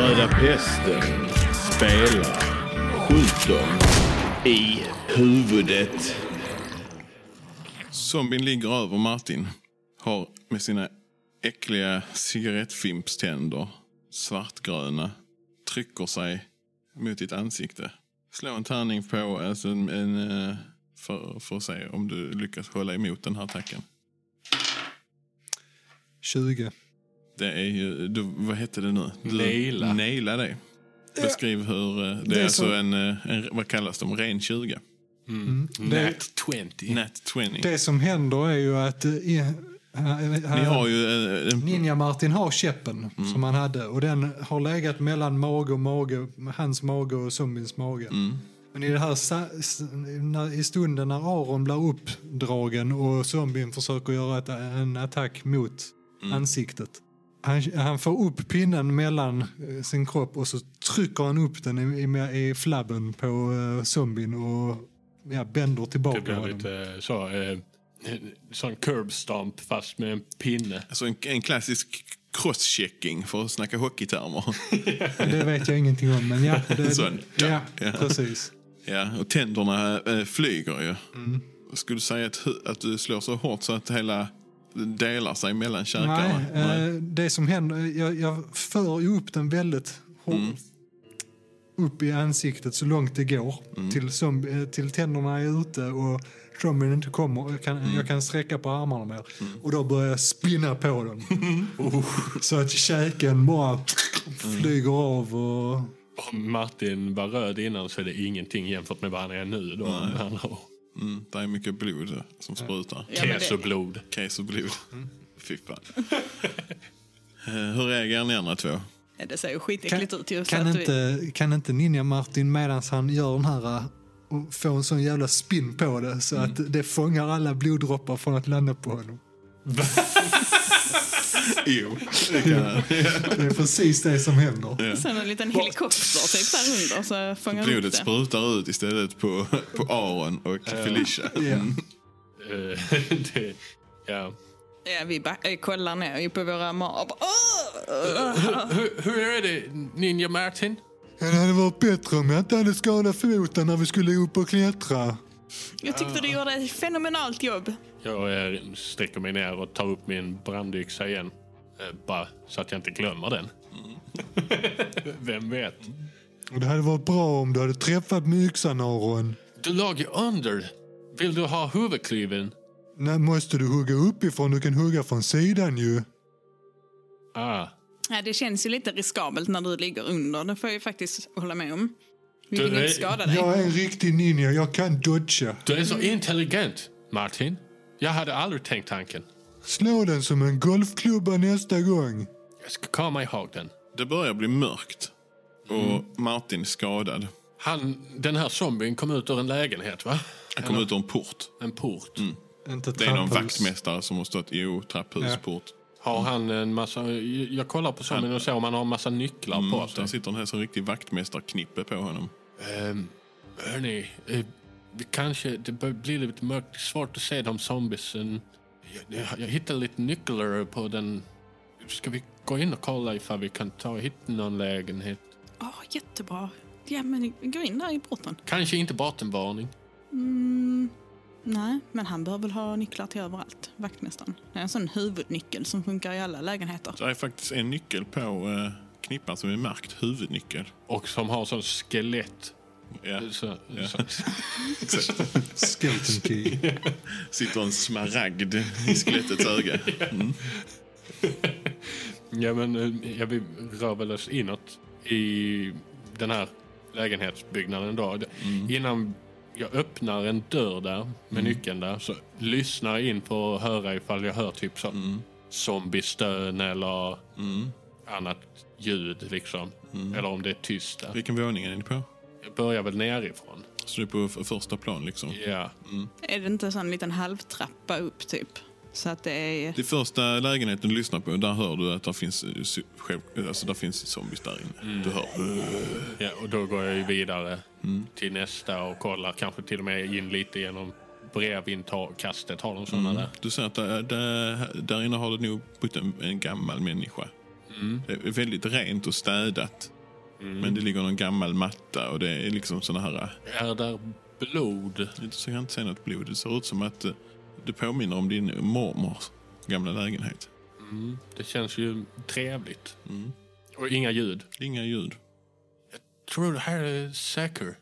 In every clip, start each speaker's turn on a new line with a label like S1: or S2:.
S1: Hästen spelar, skjuter i huvudet. Zombien ligger över Martin. Har med sina äckliga cigarettfimpständer, svartgröna, trycker sig mot ditt ansikte. Slå en tärning på, alltså en, en, eh, för, för att se om du lyckas hålla emot den här attacken.
S2: 20.
S1: Det är ju, du, vad hette det nu? Du,
S3: Naila.
S1: Naila dig. Beskriv hur, eh, det,
S2: Det
S1: är
S2: är
S1: alltså
S2: som-
S1: en, eh, en, vad kallas de, ren 20?
S2: Det,
S3: Nat 20.
S1: Nat 20.
S2: det som händer är ju att eh, i-
S1: Ni har ju Mm. eh, en,
S2: Ninja-Martin har käppen som han hade och den har legat mellan mage och mage, hans mage och zombiens mage.
S1: Mm.
S2: Men i, det här, sa- s- när, i stunden när Aron blir uppdragen och zombien försöker göra ett, en attack mot
S1: Mm.
S2: ansiktet. Han, han får upp pinnen mellan eh, sin kropp och så trycker han upp den i, i, i flabben på eh, zombien och ja, bänder
S3: Det
S2: tillbaka
S3: blir
S2: honom.
S3: lite så... Eh, sån curb stomp fast med en pinne.
S1: alltså en, en klassisk crosschecking för att snacka hockeytermer.
S2: Det vet jag ingenting om men ja, det,
S1: Sån.
S2: ja,
S1: Ja.
S2: precis.
S1: ja, och tänderna eh, flyger ju. Skulle du säga att, hu- att du slår så hårt så att hela delar sig mellan käkarna?
S2: Nej, eh, det som händer, jag, jag för ju upp den väldigt hårt upp i ansiktet så långt det går. Till, som, eh, till tänderna är ute och zombien inte kommer. Jag kan, jag kan sträcka på armarna mer. Och då börjar jag spinna på dem. Så att käken bara flyger av och...
S3: Om Martin var röd innan så är det ingenting jämfört med vad han är nu. Då. Han har
S1: Mm, det är mycket blod eh, som sprutar.
S4: Ja, men det-
S3: kesoblod.
S1: Kejsarblod. Fy fan. Eh, Hur reagerar ni andra två?
S4: Ja, det ser ju skitäckligt ut. ju, så
S2: Kan
S4: att vi-
S2: inte, kan inte Ninja Martin medan han gör den här eh, och får en sån jävla spinn på det så
S1: Mm.
S2: att det fångar alla bloddroppar från att landa på honom.
S1: Jo, det kan jag.
S2: Det är precis det som händer.
S4: Sen en liten helikopter typ där under så fångar den upp
S1: Blodet
S4: det.
S1: sprutar ut istället på, på Aron och Felicia.
S2: Ja.
S3: Eh, det, ja.
S4: Ja, vi ba- äh, kollar ner ju på våra mar. Bara, "Åh!"
S3: hur, hur är det, Ninja Martin?
S2: Det hade varit bättre om jag inte hade skadat foten när vi skulle upp och klättra.
S4: Jag tyckte du gjorde ett fenomenalt jobb.
S3: Jag eh, sträcker mig ner och tar upp min brandyxa igen. Eh, bara så att jag inte glömmer den. Vem vet?
S2: Och det hade varit bra om du hade träffat med yxan, Aron.
S3: Du låg ju under. Vill du ha huvudklyven?
S2: Nej, måste du hugga uppifrån? Du kan hugga från sidan ju.
S3: Ah.
S4: Ja, det känns ju lite riskabelt när du ligger under. Det får jag ju faktiskt hålla med om. Vi
S3: Du
S4: vill ju
S3: är-
S4: inte skada dig.
S2: Jag är en riktig ninja, jag kan dodga.
S3: Du är så intelligent, Martin. Jag hade aldrig tänkt tanken.
S2: Slå den som en golfklubba nästa gång.
S3: Jag ska komma ihåg den.
S1: Det börjar bli mörkt och Martin är skadad.
S3: Han, den här zombien kom ut ur en lägenhet, va?
S1: Han kom ut ur en port.
S3: En port.
S2: Inte
S1: Det är någon vaktmästare som har stått i
S2: Ja.
S1: trapphusport.
S3: Har han en massa... Jag kollar på zombien och ser om han har en massa nycklar på
S1: Mm,
S3: sig.
S1: där sitter en här som riktig vaktmästarknippe på honom.
S3: Ehm, hörni, eh, vi kanske... Det bör- blir lite mörkt, svårt att se de zombiesen. Jag, jag, jag hittade lite nycklar på den... Ska vi gå in och kolla ifall vi kan ta hit någon lägenhet?
S4: Ja, jättebra. Ja, men gå in där i porten.
S3: Kanske inte bottenvarning.
S4: Mm, nej, men han bör väl ha nycklar till överallt, vaktmästaren. Det är en sån huvudnyckel som funkar i alla lägenheter.
S1: Det är faktiskt en nyckel på eh, knippan som är märkt huvudnyckel.
S3: Och som har sån skelett.
S1: Ja.
S3: Så, så,
S2: Skeleton key.
S1: Sitter en smaragd i skelettets öga.
S3: ja, men eh, ja, vi rör väl oss inåt i den här lägenhetsbyggnaden då. Det- Innan jag öppnar en dörr där med nyckeln där så lyssnar jag in för att höra ifall jag hör typ så zombiestön eller annat ljud liksom. Eller om det är tyst där.
S1: Vilken våning är ni på?
S3: Jag börjar väl nerifrån.
S1: Så du är på f- första plan liksom?
S3: Ja.
S4: Är det inte en sån liten halvtrappa upp typ? Så att det är...
S1: Det första lägenheten du lyssnar på, där hör du att det finns, eh, sy- själv, alltså, där finns zombies där inne. Du hör.
S3: Ja, och då går jag ju vidare till nästa och kollar kanske till och med in lite genom brevintagskastet. Har de sådana där?
S1: Du ser att där, där, där inne
S3: Mm.
S1: har det nog bott en, en gammal människa. Det är väldigt rent och städat. Men det ligger någon gammal matta och det är liksom såna här...
S3: Är där blod?
S1: Jag kan inte säga något blod. Det ser ut som att eh, det påminner om din mormors gamla lägenhet.
S3: Det känns ju trevligt. Och inga ljud.
S1: Inga ljud.
S3: Tror du det här är säker?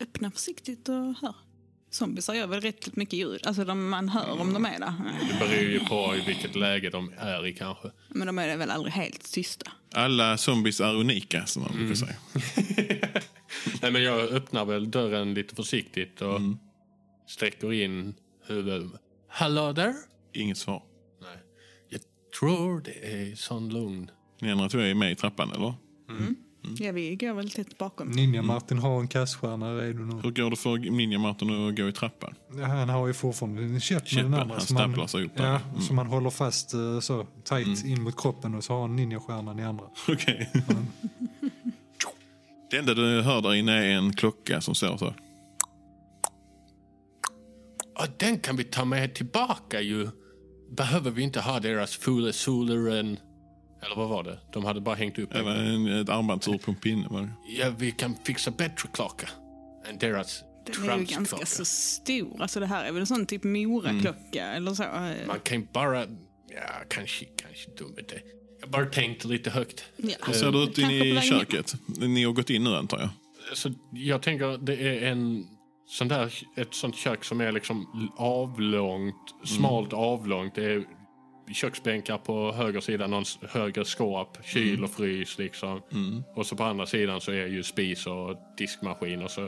S4: Öppna försiktigt och hör. Zombisar gör väl rätt mycket ljud. Alltså de man hör om de är där.
S3: Det beror ju på i vilket läge de är i kanske.
S4: Men de är väl aldrig helt tysta.
S1: Alla zombies är unika, som man brukar säga.
S3: Nej, men jag öppnar väl dörren lite försiktigt och sträcker in huvudet. Hallå där?
S1: Inget svar.
S3: Nej. Jag tror det är sån lugn.
S1: Ni andra tror jag är med i trappan, eller?
S4: Ja, vi går väl tätt bakom.
S2: Ninja
S1: Mm.
S2: Martin har en kaststjärna redo nu.
S1: Hur går det för Ninja Martin att gå i trappan?
S2: Ja, Han har ju fortfarande en käpp med
S1: Mm. Käppen,
S2: den andra.
S1: han
S2: som
S1: staplar sig upp där. Mm.
S2: Ja, som han håller fast eh, så tight in mot kroppen och så har han ninjastjärnan i andra.
S1: Okej. Det enda du hör där inne är en klocka som står så.
S3: Ja, den kan vi ta med tillbaka ju. Behöver vi inte ha deras fula solren... Eller vad var det? De hade bara hängt upp
S1: Det
S3: en.
S1: var en, ett armbandsur på en pinne. Var det?
S3: Ja, vi kan fixa bättre klocka än deras
S4: Den är ju ganska
S3: tramsklocka.
S4: så stor. Alltså det här är väl en sån typ Mora-klocka eller så. eh,
S3: Man kan ju bara... Ja, kanske, kanske dum idé. Jag bara tänkte lite högt. Eh,
S4: Ja.
S1: Hur ser det ut inne
S4: Mm. Kanske
S1: i
S4: på vägen hem.
S1: köket? Ni har gått in nu antar jag?
S3: Så jag tänker det är en sån där, ett sånt kök som är liksom l- avlångt, smalt avlångt. Det är köksbänkar på höger sida, någon s- högre skåp, kyl och frys liksom. Och så på andra sidan så är ju spis och diskmaskin och så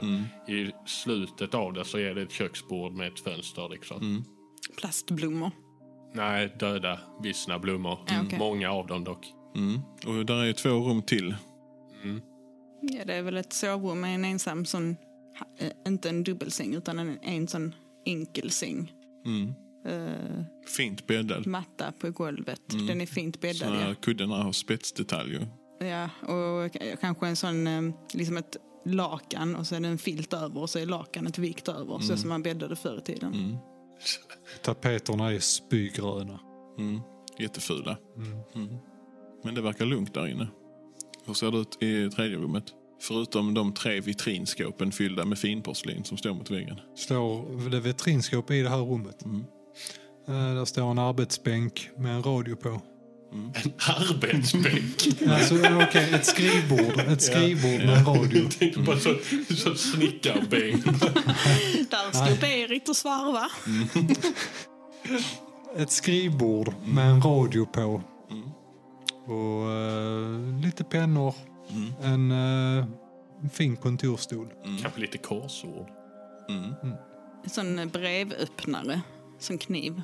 S3: i slutet av det så är det ett köksbord med ett fönster liksom.
S4: Plastblommor.
S3: Nej, döda, vissna blommor.
S4: Ja, okej.
S3: Många av dem dock.
S1: Mm. Och där är två rum till.
S4: Ja, det är väl ett sovrum med en ensam sån, ha- eh, inte en dubbelsäng utan en, en sån enkel säng. Eh,
S1: Mm. Fint bäddad.
S4: matta på golvet. Den är fint bäddad.
S1: Såna här kuddarna har spetsdetaljer.
S4: Ja, och k- kanske en sån, eh, liksom ett lakan och så är det en filt över och så är lakanet vikt över,
S1: Mm.
S4: så som man bäddade förr i tiden.
S2: Tapeterna är spygröna.
S1: Mm. Jättefula. Mm. Men det verkar lugnt där inne. Hur ser det ut i tredje rummet? Förutom de tre vitrinskåpen fyllda med finporslin som står mot väggen.
S2: Står det vitrinskåp i det här rummet.
S1: Mm.
S2: Eh, Där står en arbetsbänk med en radio på.
S3: En arbetsbänk.
S2: Alltså, okej, ett skrivbord. Ett skrivbord med en radio.
S3: Tänkte bara så, så snickarbänk.
S1: Mm.
S4: Där stod Berit och svarva.
S2: Ett skrivbord med en radio på. Och eh, lite pennor. En eh, fin kontorstol.
S3: Kanske lite korsord.
S4: En sån eh, brevöppnare, som kniv,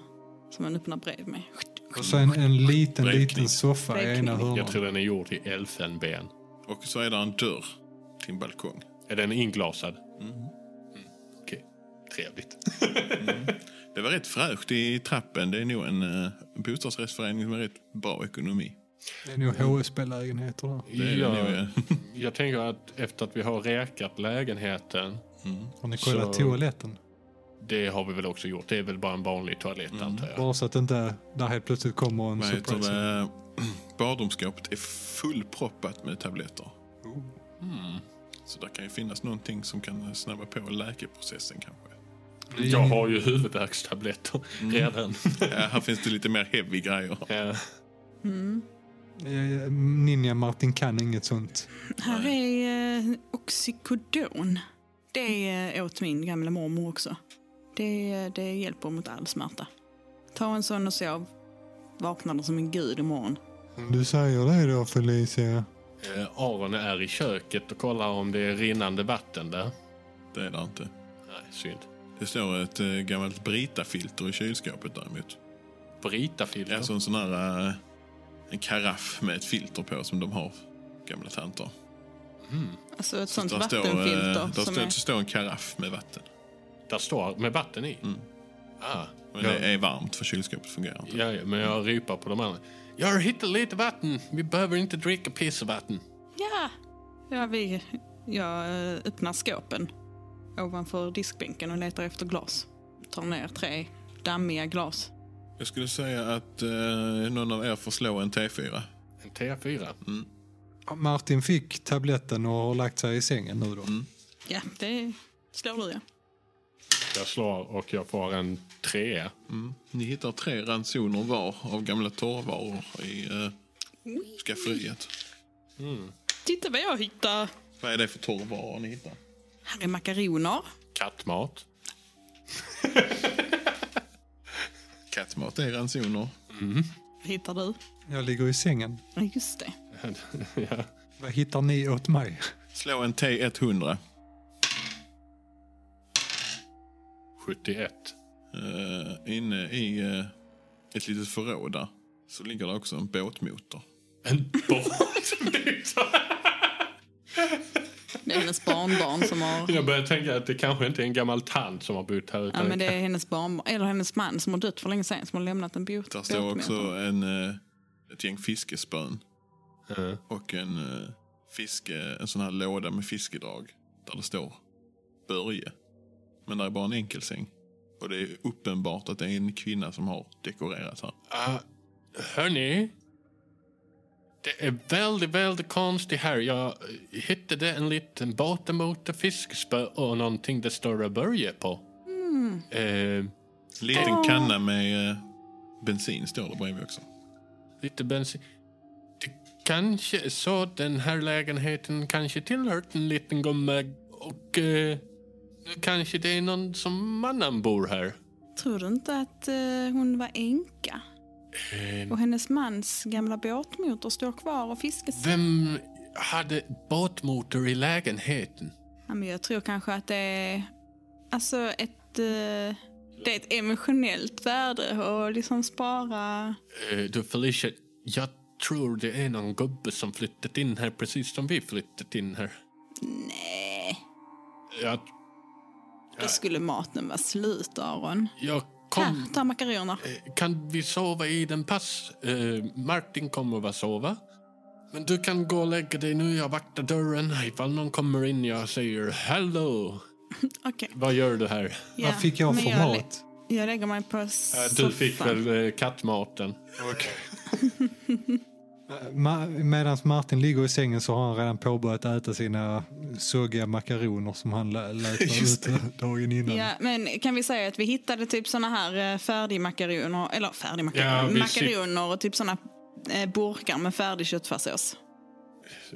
S4: som man öppnar brev med.
S2: Och så en, en liten,
S1: Räkning.
S2: liten soffa i ena
S4: Räkning.
S2: hörnan.
S3: Jag tror den är gjord i elfenben.
S1: Och så är där en dörr till en balkong.
S3: Är den inglasad? Mm. Okej, trevligt.
S1: Det var rätt fräscht i trappen. Det är nog en uh, bostadsrättsförening med rätt bra ekonomi.
S2: Det är nog HSB-lägenheter där.
S1: Det är det nog, eh, ja.
S3: Jag, jag tänker att efter att vi har räkat lägenheten,
S1: mm.
S2: Har ni kollat
S3: Så-
S2: toaletten?
S3: det har vi väl också gjort. Det är väl bara en vanlig toalett antar jag.
S2: Bara så att inte där helt plötsligt kommer en
S1: Vad heter
S2: surprise.
S1: det? Badrumsskåpet är fullproppat med tabletter. Så där kan ju finnas någonting som kan snabba på läkeprocessen kanske. Mm.
S3: Jag har ju huvudvärkstabletter redan.
S1: ja, här finns det lite mer heavy grejer.
S3: Ja.
S4: Mm.
S2: Eh, Ninja Martin kan inget sånt.
S4: Här är eh, oxycodon. Det är åt min gamla mormor också. Det, det hjälper mot all smärta. Ta en sån och sov. Vaknar du som en gud imorgon.
S2: Du säger det då Felicia.
S3: Eh, Aron är i köket och kollar om det är rinnande vatten där.
S1: Det är det inte.
S3: Nej, synd.
S1: Det står ett eh, gammalt Brita-filter i kylskåpet däremot.
S3: Brita-filter.
S1: Alltså en sån här... eh, en karaff med ett filter på som de har, gamla tanter.
S3: Mm.
S4: Alltså ett sånt
S1: Där står, eh,
S4: vattenfilter.
S1: där
S4: som
S1: står,
S4: är,
S1: står en karaff med vatten.
S3: Där står med vatten i?
S1: Men
S3: Ah, ja,
S1: Mm. det är varmt för kylskåpet fungerar inte.
S3: ja, ja, men jag ropar på de andra. Jag har hittat lite vatten. Vi behöver inte dricka pissevatten.
S4: ja, ja vi, jag eh, öppnar skåpen ovanför diskbänken och letar efter glas. Tar ner tre dammiga glas.
S1: Jag skulle säga att eh, någon av er får slå en T4.
S3: En T4.
S2: Martin fick tabletten och har lagt sig i sängen nu då.
S4: Ja, det slår du ja.
S3: Jag slår och jag får en trea.
S1: Mm. Ni hittar tre ransoner var av gamla torrvaror i eh, skafferiet.
S4: Titta vad jag hittar.
S1: Vad är det för torrvaror ni hittar?
S4: Här är makaroner.
S3: Kattmat.
S1: Kattmat är ransoner.
S4: Vad hittar du?
S2: Jag ligger i sängen.
S4: Ja, just det.
S3: ja.
S2: Vad hittar ni åt mig?
S1: Slå en T100.
S3: 71.
S1: Eh, inne i eh, ett litet förråd där så ligger det också en båtmotor.
S3: En båtmotor.
S4: Det är hennes barnbarn som har...
S3: jag börjar tänka att det kanske inte är en gammal tant som har bott här.
S4: Ja,
S3: Utan
S4: men det är hennes barnbarn, eller hennes man som har dött för länge sedan som har lämnat en bot.
S1: Där står också
S4: båtmotor.
S1: en, eh, ett gäng fiskespön
S3: Ja.
S1: och en, eh, fiske, en sån här låda med fiskedrag där det står Börje. Men där är bara en enkelsäng. Och det är uppenbart att det är en kvinna som har dekorerat här.
S3: Ah, hörni. Det är väldigt, väldigt konstigt här. Jag hittade en liten båtmotor, fiskespö och någonting det står Börje på. Eh,
S1: Liten kanna med eh, bensin står det bredvid också.
S3: lite bensin. Det kanske är så att den här lägenheten kanske tillhört en liten gumma och eh, nu kanske det är någon som annan bor här.
S4: Tror du inte att eh, hon var änka?
S3: Eh,
S4: Och hennes mans gamla båtmotor står kvar och fiskas.
S3: vem hade båtmotor i lägenheten?
S4: Ja, men jag tror kanske att det är alltså ett, eh, det är ett emotionellt värde och liksom spara.
S3: Eh, du Felicia, jag tror det är någon gubbe som flyttat in här precis som vi flyttat in här.
S4: Nej,
S3: Jag,
S4: då skulle maten vara slut Aron.
S3: jag
S4: Här,
S3: kom...
S4: ta makaroner.
S3: Eh, Kan vi sova i den pass? Eh, Martin kommer att sova. Men du kan gå och lägga dig nu. Jag vaktar dörren. Ifall någon kommer in jag säger hello.
S4: Okej.
S3: Vad gör du här?
S4: ja,
S2: Vad fick jag
S4: men
S2: för
S4: lä-
S2: mat?
S4: Jag lägger mig på soffan.
S3: Eh, du fick väl eh, kattmaten?
S2: Ma- Medan Martin ligger i sängen så har han redan påbörjat äta sina suggiga makaroner som han lä- lät ut dagen innan.
S4: Ja, men kan vi säga att vi hittade typ såna här eh, färdigmakaroner, eller
S3: Ja,
S4: färdigmakaroner,
S3: vi sit-
S4: makaroner och typ såna eh, burkar med färdig köttfärssås.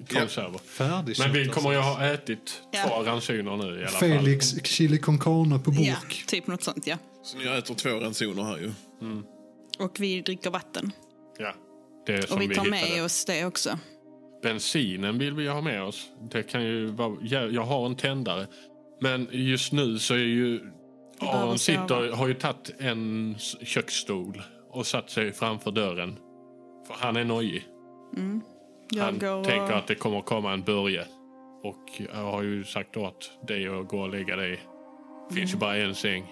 S3: Konserver.
S2: Färdig
S3: Men vi
S2: kött,
S3: kommer ju ha ätit
S4: Ja.
S3: två ransoner nu i alla
S2: alltså.
S3: fall.
S2: Felix chili con carne på burk.
S4: Ja, typ något sånt ja.
S1: Så ni äter två ransoner här ju.
S4: Och vi dricker vatten.
S3: Ja. Det är som
S4: och vi tar med
S3: hittade.
S4: oss det också.
S3: Bensinen vill vi ha med oss. Det kan ju vara, jag jag har en tändare. Men just nu så är ju...
S4: behöver
S3: Aron sitter,
S4: sova.
S3: har ju tagit en s- köksstol och satt sig framför dörren. För han är nojig.
S4: Jag
S3: Han
S4: går och...
S3: tänker att det kommer komma en Börje. Och jag har ju sagt åt dig att gå och lägga dig. Det finns ju
S4: Mm.
S3: bara en säng.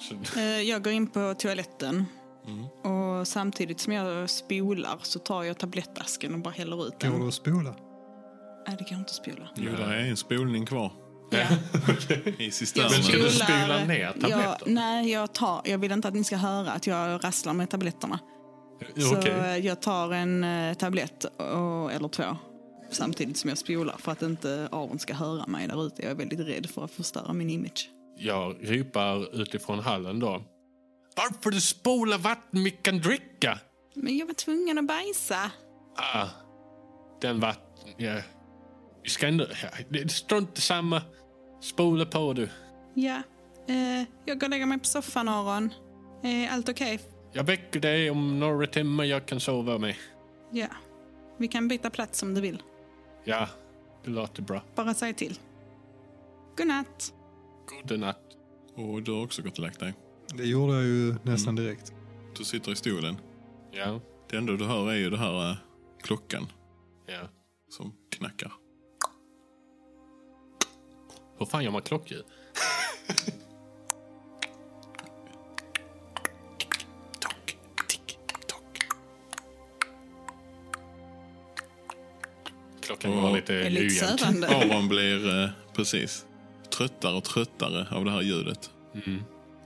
S3: Så,
S4: Eh, Jag går in på toaletten.
S3: Mm.
S4: Och samtidigt som jag spolar så tar jag tablettasken och bara häller ut den.
S3: Mm.
S2: Går det att spola?
S4: Nej, det går inte att spola.
S1: Jo, där är en spolning kvar
S4: Ja.
S1: i
S4: Jag
S1: cisternen.
S3: ska du
S4: spolar-
S3: spola ner
S4: jag,
S3: tabletter?
S4: Nej, jag, tar, jag vill inte att ni ska höra att jag rasslar med tabletterna. Så
S3: Okej.
S4: eh, jag tar en eh, tablett och, eller två samtidigt som jag spolar för att inte Aron ska höra mig där ute. Jag är väldigt rädd för att förstöra min image.
S3: Jag ropar utifrån hallen då. Varför du spolar vatten vi kan dricka?
S4: Men jag var tvungen att bajsa.
S3: Ah, den vatten... Ja. Vi ska ändå... Ja, det strunt samma. Spola på du.
S4: Ja, eh, jag går och lägger mig på soffan Aron. Är allt okej?
S3: Jag väcker dig om några timmar. Jag kan sova med.
S4: Ja. Vi kan byta plats om du vill.
S3: Ja, det låter bra.
S4: Bara säg till. Godnatt.
S3: God natt.
S1: Och du har också gått och lagt dig.
S2: Det gjorde jag ju nästan
S3: Mm.
S2: direkt.
S1: Du sitter i stolen.
S3: Ja,
S1: Det enda du hör är ju det här eh, klockan
S3: ja.
S1: som knackar.
S3: Hur fan gör man klockljud? Klockan går
S1: Åh.
S4: Det
S3: lite
S4: är lite
S3: ojämnt.
S4: sövande.
S1: Aron blir eh, precis tröttare och tröttare av det här ljudet.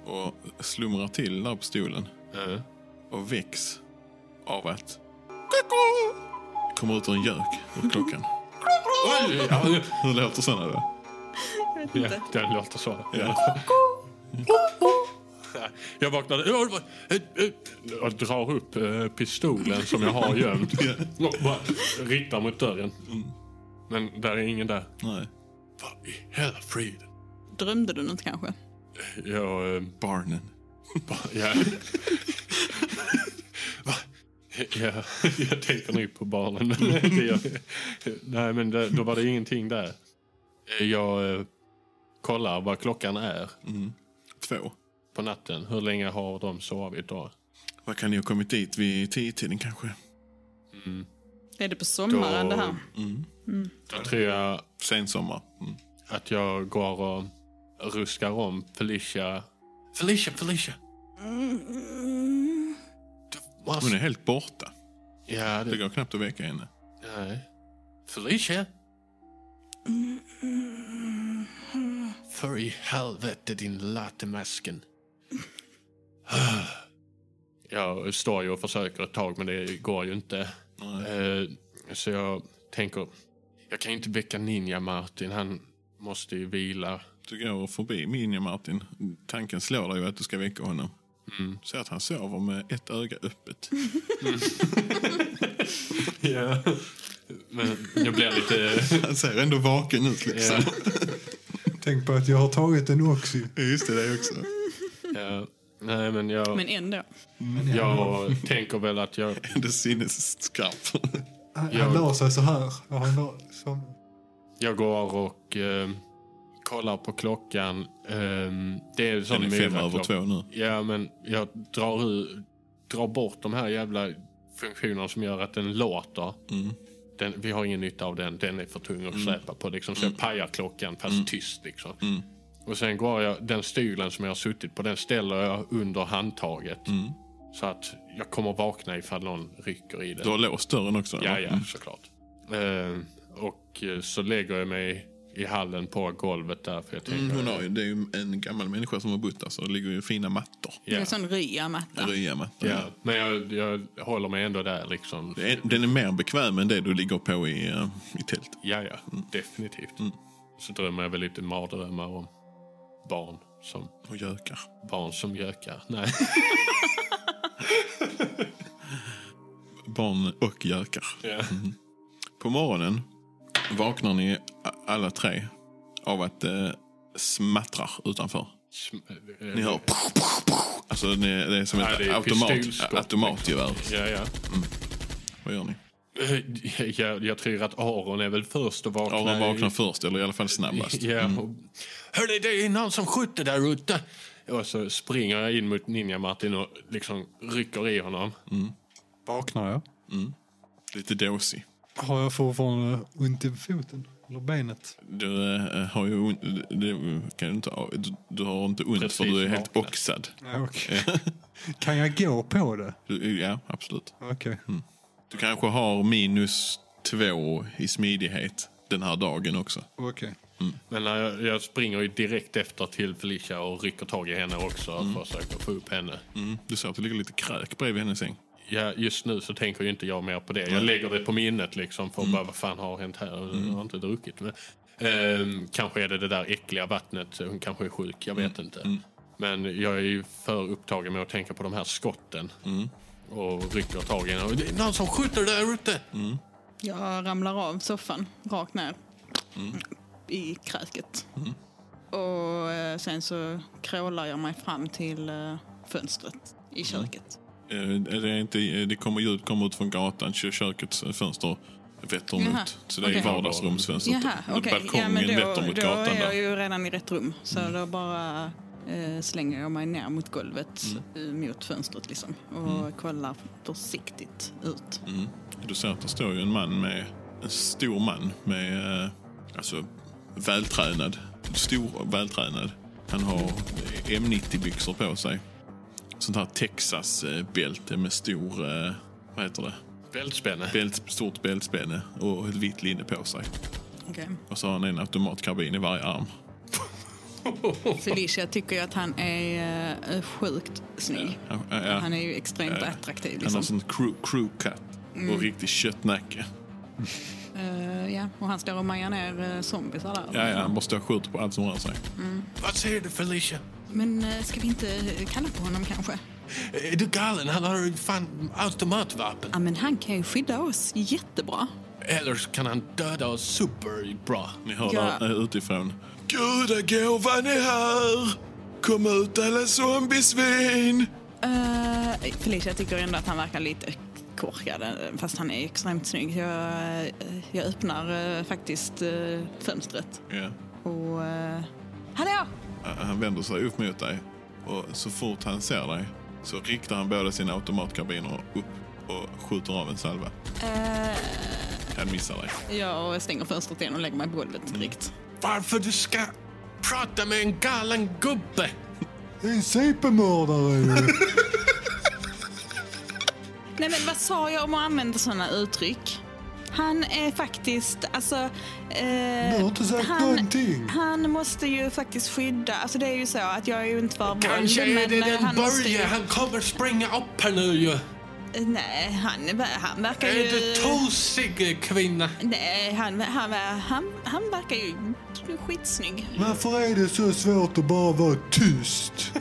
S1: Och slumrar till där på stolen
S3: Ja.
S1: och väcks av att kommer ut ur en gök ur klockan. Oj! Ja, hur låter sådana då?
S4: Jag vet
S3: Ja,
S4: inte.
S3: den låter så.
S1: Ja.
S3: Jag vaknade "Åh, vad- eh, eh", och drar upp eh, pistolen som jag har gömd
S1: Ja.
S3: och bara riktar mot dörren. Men där är ingen där.
S1: Mm. Nej.
S3: Vad i hela friden?
S4: Drömde du något kanske?
S3: Jag... eh,
S1: Barnen.
S3: Bara, Ja. Va? Ja, jag tänker nu på barnen. men nej, det gör jag. Nej, men det, då var det ingenting där. Jag eh, kollar vad klockan är
S1: Två.
S3: på natten. Hur länge har de sovit då?
S1: Vad kan ni ha kommit dit vid tiotiden kanske?
S3: Mm.
S4: Är det på sommaren
S3: Då-
S4: det här?
S3: Då tror jag
S1: Mm. Sensommar. Mm.
S3: att jag går och ruskar om Felicia. Felicia, Felicia! Du
S1: Hon är
S3: måste...
S1: helt borta.
S3: Ja,
S1: Det
S3: det...
S1: går knappt att väcka henne.
S3: Nej. Felicia? För i helvete, din latemasken. Jag står ju och försöker ett tag, men det går ju inte. Eh, Så jag tänker... Jag kan ju inte väcka Ninja Martin. Han måste ju vila.
S1: Du går förbi Minja Martin. Tanken slår dig ju att du ska väcka honom. Mm. Så att han sover med ett öga öppet.
S3: Ja. Men jag blir lite...
S1: Han ser ändå vaken ut liksom.
S3: Ja.
S2: Tänk på att jag har tagit en Oxy.
S1: Just det, det också.
S3: Ja. Nej, men jag,
S4: Men ändå.
S3: jag tänker väl att jag...
S1: Ändå sinnesskarp.
S2: Han,
S3: Jag-
S2: han la sig så här. Och han la, som,
S3: Jag går och eh, kollar på klockan. Ehm, det är
S1: Den
S3: sån
S1: är fem över
S3: myrklock-
S1: två nu.
S3: Ja, men jag drar, ur, drar bort de här jävla funktionerna som gör att den låter.
S1: Mm.
S3: Den, vi har ingen nytta av den. Den är för tung att släpa på. Liksom,
S1: Mm.
S3: så jag pajar klockan, fast tyst. Liksom. Och sen går jag, den stolen som jag har suttit på, den ställer jag under handtaget.
S1: Mm.
S3: Så att jag kommer vakna ifall någon rycker i den.
S1: Du har låst dörren också? eller?
S3: Ja, ja, såklart. Eh, och eh, så lägger jag mig i hallen på golvet där för jag tänker...
S1: Mm, Hon har ju, det är ju en gammal människa som har bott där så det ligger ju fina mattor.
S4: Det är
S3: ja,
S4: en sån rya-matta.
S1: Ryamattor.
S3: ja. Men jag, jag håller mig ändå där liksom.
S1: Det är- Den är mer bekväm än det du ligger på i, eh, i tältet.
S3: Ja, ja,
S1: Mm.
S3: definitivt. Så drömmer jag väl lite mardrömmar om barn som,
S1: Och gökar.
S3: barn som gökar. Nej,
S1: Mm. Barn och gökar.
S3: ja.
S1: Mm. På morgonen vaknar ni a- alla tre av att det smattrar utanför.
S3: Sm-
S1: Ni
S3: eh,
S1: hör... Alltså ni- det är som
S3: Ja,
S1: ett
S3: det är
S1: automat,
S3: pistolskott. liksom.
S1: automatgevär.
S3: ja, ja.
S1: Vad gör ni?
S3: Eh, Jag, jag tror att Aron är väl först att vakna.
S1: Aron
S3: i-
S1: vaknar först, eller i alla fall snabbast.
S3: Ja, och, Hörni, det är någon som skjuter där ute! Och så springer jag in mot Ninja-Martin och liksom rycker i honom.
S2: vaknar jag?
S1: Lite dåsig.
S2: Har jag fortfarande ont i foten? Eller benet?
S1: Du eh, har ju ont, det kan du, inte, du, du har inte ont
S3: Precis
S1: för du är helt
S3: vaknat.
S1: oxad.
S2: Okej. kan jag gå på det?
S1: Du, ja, absolut.
S2: Okej.
S3: Mm.
S1: Du kanske har minus två i smidighet den här dagen också.
S2: Okej.
S3: Men när jag, jag springer ju direkt efter till Felicia och rycker tag i henne också och försöker få upp henne.
S1: Mm. Du ser att det ligger lite kräk bredvid hennes säng.
S3: Ja, just nu så tänker ju inte jag mer på det. Jag lägger det på minnet liksom för bara vad fan har hänt här? Jag har inte druckit. Men, ehm, kanske är det det där äckliga vattnet. Hon kanske är sjuk, jag vet inte. Men jag är ju för upptagen med att tänka på de här skotten. Och rycker tag i henne. och, Det är någon som skjuter där ute!
S4: Jag ramlar av soffan, rakt ner Mm. i kräket. Och eh, sen så krålar jag mig fram till eh, fönstret i köket.
S1: Eh, Det, är inte, eh, det kommer ljud kommer ut från gatan, kö- kökets eh, fönster vetter
S4: Jaha,
S1: mot. Så det är
S4: okej.
S1: vardagsrumsfönstret.
S4: Jaha,
S1: Det-
S4: okej. Ja,
S1: Balkongen
S4: men då,
S1: vetter mot
S4: då
S1: gatan
S4: är
S1: där. Mm.
S4: jag ju redan i rätt rum. Så då bara eh, slänger jag mig ner mot golvet
S1: Mm.
S4: eh, mot fönstret liksom. Och kollar försiktigt ut.
S1: Mm. Du ser att det står ju en man med, en stor man med, eh, alltså vältränad, stor och vältränad. Han har eh, M90-byxor på sig. Sånt här Texas-bälte med stor, eh, vad heter det,
S3: Bältspänne.
S1: Bält, stort bältspänne och ett vitt linne på sig.
S4: Okej.
S1: Och så har han en automatkarbin i varje arm.
S4: Felicia tycker ju att han är eh, sjukt snygg.
S1: Han, eh, ja, ja.
S4: Han är ju extremt
S1: Ja.
S4: attraktiv
S1: han har
S4: liksom.
S1: Mm. sån crew, crew cut och riktig köttnacke.
S4: Eh, ja, och han står och majar ner eh, zombiesar där.
S1: Ja, ja, han bara står och skjuter på allt som rör sig.
S3: Vad säger du Felicia?
S4: Men eh, ska vi inte eh, kalla på honom kanske?
S3: Är du galen? Han har ju fan automatvapen.
S4: Ja, men han kan ju skydda oss jättebra.
S3: Eller så kan han döda oss superbra.
S1: Ni hör
S4: Ja.
S1: där eh, utifrån.
S3: Gudagåvan är här! Kom ut alla zombiesvin!
S4: Uh, Felicia tycker ändå att han verkar lite korkad, eh, fast han är extremt snygg. Jag, eh, jag öppnar eh, faktiskt eh, fönstret
S1: Ja.
S4: och... Uh, hallå!
S1: Eh, Han vänder sig upp mot dig och så fort han ser dig så riktar han båda sina automatkarbiner upp och skjuter av en salva. Han missar dig.
S4: Eh, Jag stänger fönstret igen och lägger mig på golvet direkt.
S3: Varför du ska prata med en galen gubbe?
S2: Det är en supermördare ju.
S4: Nej men vad sa jag om att använda sådana uttryck? Han är faktiskt, alltså... Eh, du
S2: har inte sagt någonting.
S4: Han måste ju faktiskt skydda, alltså det är ju så att jag är ju inte för våld.
S3: Kanske är det
S4: men, eh,
S3: den
S4: han måste ju-
S3: Börje. Han kommer springa upp här nu ju.
S4: Nej, han, är- han verkar ju...
S3: Är du tosig eh, kvinna?
S4: Nej, han, han, han, han verkar ju skitsnygg.
S2: Varför är det så svårt att bara vara tyst?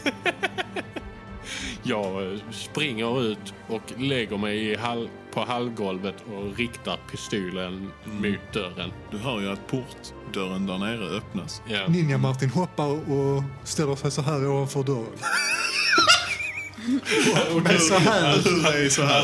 S3: Jag eh, springer ut och lägger mig i hall på hallgolvet och riktar pistolen mot dörren.
S1: Du hör ju att portdörren där nere öppnas.
S3: Ja.
S2: Ninja-Martin hoppar och ställer sig så här ovanför dörren. Men så här.
S1: Nej, så här.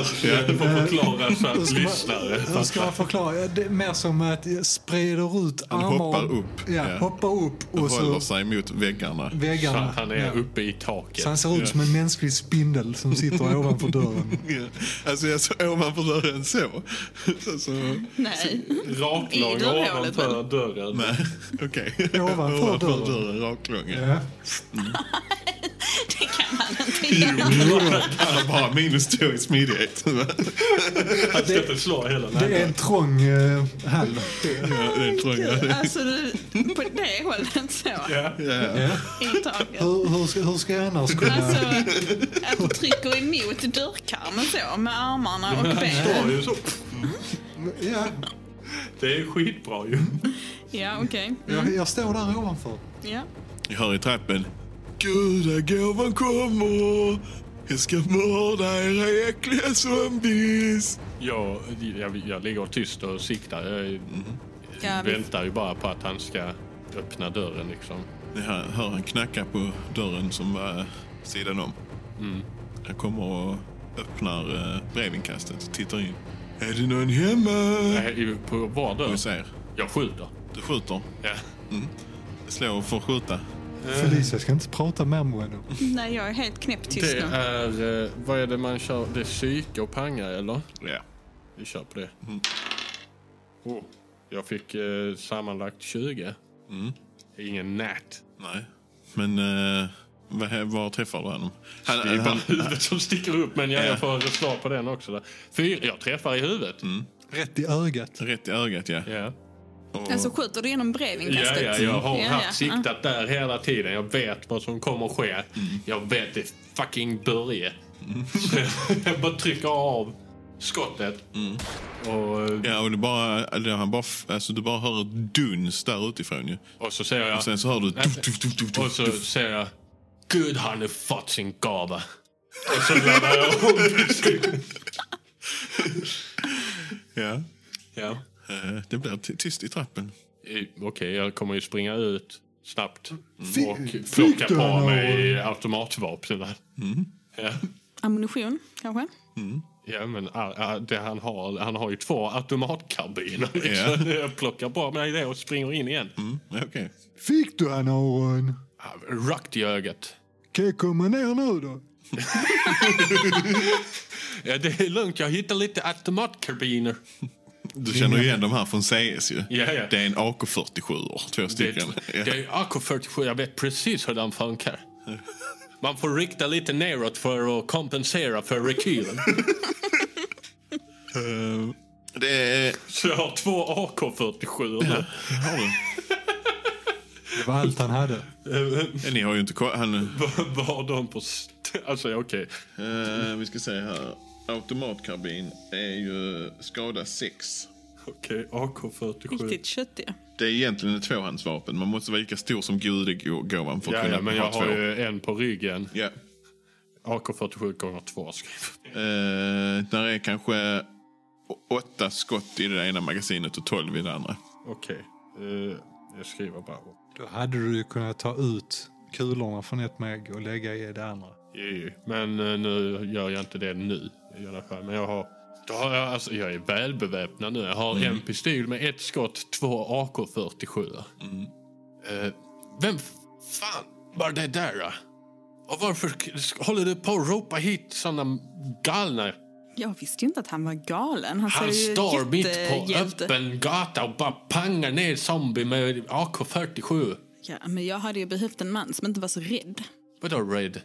S3: Du får förklara så
S1: alltså,
S2: Hur
S3: att
S2: ska man-
S3: lyssnare
S2: Hur ska man förklara? Ja, Det är mer som att jag sprider ut
S1: Han
S2: armar.
S1: hoppar upp.
S2: Ja,
S1: Ja.
S2: hoppar upp
S1: Och
S2: och
S1: håller
S2: så
S1: sig mot väggarna.
S3: Så
S2: väggarna.
S3: han är
S2: Ja.
S3: uppe i taket.
S2: Så han ser ut som en mänsklig spindel som sitter ovanför dörren.
S1: Alltså jag såg ovanför dörren så. så, så.
S4: Nej.
S3: Raklång
S4: I dörrhålet,
S3: ovanför dörren.
S1: Nej, okej.
S2: Ovanför dörren.
S1: dörren, raklång. ja.
S2: Ja.
S4: Det kan han inte göra.
S1: Han har bara minus två i smidighet.
S3: Han ska inte slå hela
S2: Det är en trång eh, hall.
S1: Ja, det är trångt.
S4: Alltså, du, på det hållet så.
S1: Ja.
S2: Ja.
S4: I taket.
S2: Hur, hur, ska, hur ska jag annars kunna...
S4: Alltså, att du trycker emot dörrkarmen så med armarna och benen.
S3: Står ju så.
S2: Ja,
S3: Det är skitbra ju.
S4: Ja, okej. Mm,
S2: jag, jag står där ovanför.
S4: Ja.
S1: Ni hör i trappen. Gudagåvan kommer! Jag ska mörda era äckliga zombies!
S3: Jag, jag, jag ligger tyst och siktar. Jag
S4: Ja, vi-
S3: väntar ju bara på att han ska öppna dörren liksom.
S1: Ni hör, hör han knacka på dörren som var sidan om. Han kommer och öppnar eh, brevinkastet och tittar in. Är det någon hemma?
S3: Nej, ju På var dörr.
S1: Du ser.
S3: Jag skjuter.
S1: Du skjuter.
S3: Ja.
S1: Slå för att skjuta.
S2: Felicia ska inte prata mer med henne.
S4: Nej, jag är helt knäpptyst
S3: Det
S4: nu.
S3: är... eh, Vad är det man kör? Det är psyke och panga eller?
S1: Ja.
S3: Vi kör på det. Oh, jag fick eh, sammanlagt 20. Ingen nät.
S1: Nej. Men eh, vad- var träffar du honom? Han,
S3: Det är bara
S1: eh, han,
S3: huvudet som sticker upp, men jag, jag får slå på den också. Där. Fyra, jag träffar i huvudet.
S2: Rätt i ögat.
S1: rätt i ögat, ja.
S3: Ja.
S1: Och,
S4: Alltså skjuter du genom
S3: Ja,
S4: brevinkastet?
S3: ja, jag har
S4: Ja, ja.
S3: haft siktat där hela tiden. Jag vet vad som kommer att ske. Jag vet det fucking Börje. Så jag bara trycker av skottet. Och, eh,
S1: ja, och du bara, eller han bara, f- alltså, du bara hör ett duns där utifrån ju.
S3: och så säger jag...
S1: Och sen så hör du...
S3: Nej,
S1: tuff, tuff, tuff, tuff,
S3: Och
S1: tuff,
S3: så
S1: tuff.
S3: säger jag Gud han är fått sin gåva. Och så laddar jag om.
S1: Ja.
S3: Ja.
S1: Eh, det blir ty- tyst i trappen.
S3: Eh, Okej, jag kommer ju springa ut snabbt
S2: Fy-
S3: och plocka
S2: flyg då,
S3: på mig automatvapnen. Ja.
S4: Ammunition, kanske?
S3: ja, men ah, ah, det han har, han har ju två automatkarbiner.
S1: Ja.
S3: Så jag plockar på mig det och springer in igen.
S1: Mm, okej.
S2: Fick du han Aron?
S3: Ah, Rakt i ögat.
S2: Kan jag komma ner nu då?
S3: Ja, det är lugnt, jag hittar lite automatkarbiner.
S1: Du känner ju igen de här från CS ju.
S3: Ja, ja.
S1: Det är en AK47, två
S3: Det,
S1: stycken. Ja.
S3: det är AK47, jag vet precis hur den funkar. Man får rikta lite neråt för att kompensera för rekylen.
S1: Eh, det är...
S3: Så jag har två AK47 nu.
S1: Har du?
S2: Det var allt han hade.
S1: Eh, Ni har ju inte koll- han,
S3: Vad- Vad har de på... st- Alltså okej.
S1: Eh, vi ska se här. Automatkarbin är ju skada 6.
S3: Okej, AK47.
S4: Riktigt köttiga.
S1: Det är egentligen ett tvåhandsvapen. Man måste vara lika stor som gudegåvan för att
S3: Ja,
S1: kunna
S3: ja, men
S1: ha
S3: jag
S1: två.
S3: har ju en på ryggen.
S1: Ja.
S3: AK47 gånger 2 skriver
S1: Eh, där är kanske å- åtta skott i det ena magasinet och tolv i det andra.
S3: Okej. eh, jag skriver bara.
S2: Då hade du ju kunnat ta ut kulorna från ett mag och lägga i det andra.
S3: Ej. Men eh, nu gör jag inte det nu i alla fall. Men jag har... Då har jag, alltså, jag är välbeväpnad nu. Jag har en pistol med ett skott, två AK47. Eh, vem f- fan var det där? då? Och varför k- håller du på att ropa hit såna galna
S4: Jag visste ju inte att han var galen. Han,
S3: Han
S4: ser ju
S3: står
S4: jätte-
S3: mitt på
S4: hjälte-
S3: öppen gata och bara pangar ner zombie med AK47.
S4: Ja, men jag hade ju behövt en man som inte var så rädd.
S3: Vadå Red?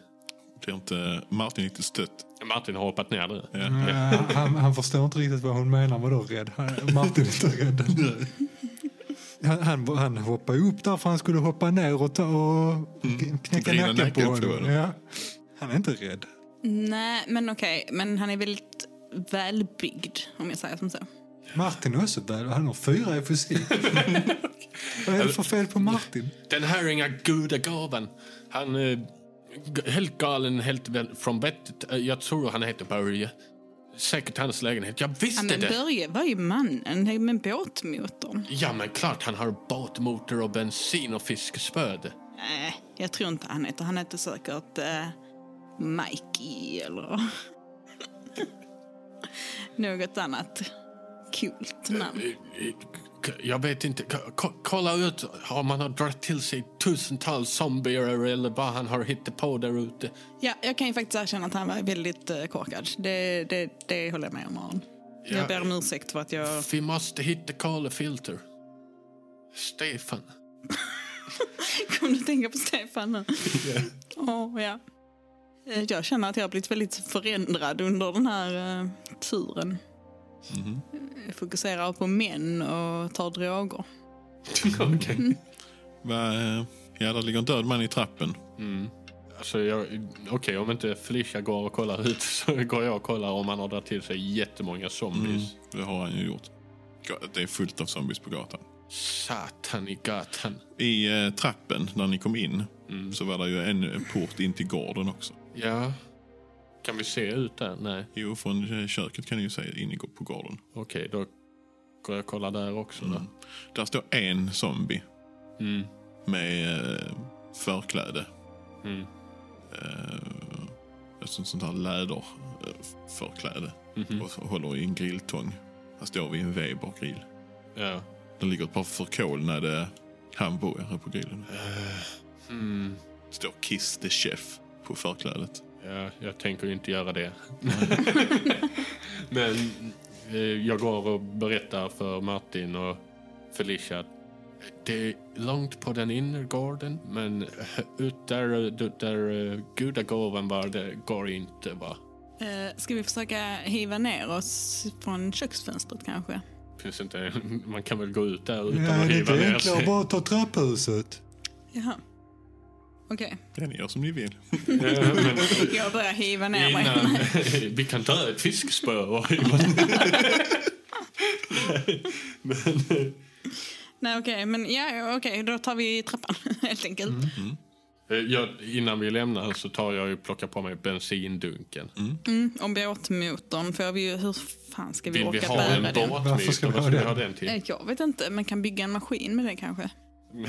S1: Det är inte Martin riktigt stött.
S3: Martin har hoppat ner nu. Ja.
S2: Nej, Eh, Han, han förstår inte riktigt vad hon menar med då rädd. Han- Martin är inte rädd nu. Han, han, han hoppade upp där för han skulle hoppa ner och, ta, och kn- knäcka
S1: Vrida
S2: nacken på
S1: nacken på
S2: honom.
S1: honom.
S2: Ja. Han är inte rädd.
S4: Nej, men okej. Men han är väldigt välbyggd, om jag säger som så.
S2: Martin är också väl, han har fyra i fysik. vad är det för fel på Martin?
S3: Den här är inga goda gaven. Han är g- helt galen, helt väl från vettet. Eh, Jag tror han heter Börje. Säkert hans lägenhet. Jag
S4: Ja,
S3: visste
S4: men
S3: det!
S4: Börje var ju mannen det är med båtmotorn.
S3: Ja, men klart han har båtmotor och bensin och fiskespö.
S4: Nej, Äh, jag tror inte han heter. Han heter säkert eh, Mikey eller... Något annat coolt
S3: Eh,
S4: namn.
S3: K- Jag vet inte. K- k- Kolla ut om han har dragit till sig tusentals zombier eller vad han har hittat på där ute.
S4: Ja, jag kan ju faktiskt erkänna att han var väldigt eh, korkad. Det, det, det håller jag med om, Aron.
S3: Ja.
S4: Jag ber om ursäkt för att jag...
S3: Vi måste hitta Kalle Filter. Stefan.
S4: Kom du tänka på Stefan nu? Åh, ja. Eh, Jag känner att jag har blivit väldigt förändrad under den här eh, turen.
S3: Mhm.
S4: Jag fokuserar på män och tar droger.
S3: Okej.
S1: Va, eh, ja, där ligger en död man i trappen.
S3: Alltså, jag- Okej, om inte Felicia går och kollar ut så går jag och kollar om han har dragit till sig jättemånga zombies.
S1: Det har han ju gjort. Ga- Det är fullt av zombies på gatan.
S3: Satan i gatan. Mm,
S1: I eh, trappen, när ni kom in, så var det ju en eh, port in till gården också.
S3: Ja. Kan vi se ut där? Nej.
S1: Jo, från eh, köket kan ni ju se in i- på gården.
S3: Okej, då går jag och kollar där också. Då.
S1: Där står en zombie
S3: Mm.
S1: med eh, förkläde.
S3: Mm.
S1: Eh, ett sånt, sånt här läderförkläde.
S3: mm, mhm.
S1: Och så håller i en grilltång. Han står vid en Weber-grill.
S3: Ja.
S1: Det ligger ett par förkolnade hamburgare på grillen.
S3: Mm.
S1: Det står Kiss the Chef på förklädet.
S3: Ja, jag tänker ju inte göra det. Men eh, jag går och berättar för Martin och Felicia att det är långt på den innergården, men eh, ut där, ut där eh, gudagåvan var, det går inte va?
S4: Eh, Ska vi försöka hiva ner oss från köksfönstret kanske?
S3: Finns inte, man kan väl gå ut där utan
S2: Ja,
S3: att
S2: det är
S3: riva
S2: inte
S3: ner
S2: enklare
S3: sig?
S2: att bara ta trapphuset.
S4: Jaha. Okej.
S1: Ja, ni gör som ni vill.
S3: Ja, men
S4: Jag börjar hiva ner mig.
S3: Innan, vi kan ta ett fiskespö och...
S2: eh,
S3: men,
S4: Nej, okej, men ja, okej, då tar vi trappan helt enkelt.
S3: Eh, Jag, innan vi lämnar så tar jag ju plockar på mig bensindunken.
S4: Mm, om båtmotorn får vi ju... Hur fan ska vi
S3: Vill
S4: orka
S3: vi ha en
S4: bära
S3: båt?
S4: den?
S2: Varför ska vi ha den?
S3: ha den till?
S4: Eh, Jag vet inte, man kan bygga en maskin med det kanske.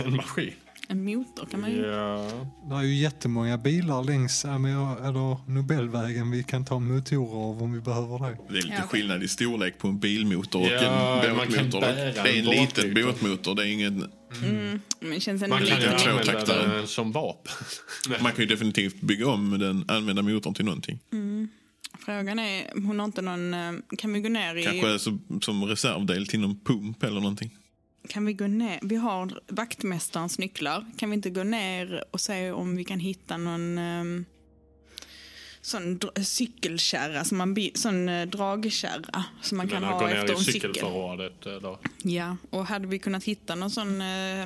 S3: En maskin?
S4: En motor kan man ju...
S3: Ja.
S2: Det är ju jättemånga bilar längs Amera- eller Nobelvägen vi kan ta motorer av om vi behöver det.
S1: Det är lite
S4: Ja, okej.
S1: skillnad i storlek på en bilmotor och
S3: Ja,
S1: en
S3: man kan
S1: båtmotor.
S3: bära
S1: Det är en
S3: en
S1: liten
S3: båtmotor.
S1: båtmotor. Det är ingen...
S4: Men det känns ändå
S3: Man kan ju
S1: liten
S4: lite...
S3: använda
S1: tvåtaktare.
S3: den som vapen.
S1: Man kan ju definitivt bygga om den, använda motorn till någonting.
S4: Frågan är, hon har inte någon... eh, Kan vi gå ner i...
S1: Kanske som, som reservdel till någon pump eller någonting.
S4: Kan vi gå ner? Vi har vaktmästarens nycklar. Kan vi inte gå ner och se om vi kan hitta någon ehm, sån dr- cykelkärra, som man bi- sån eh, dragkärra som man kan
S3: Men att gå
S4: ha efter
S3: ner i
S4: en cykel?
S3: cykelförrådet. eh, då.
S4: Ja, och hade vi kunnat hitta någon sån eh,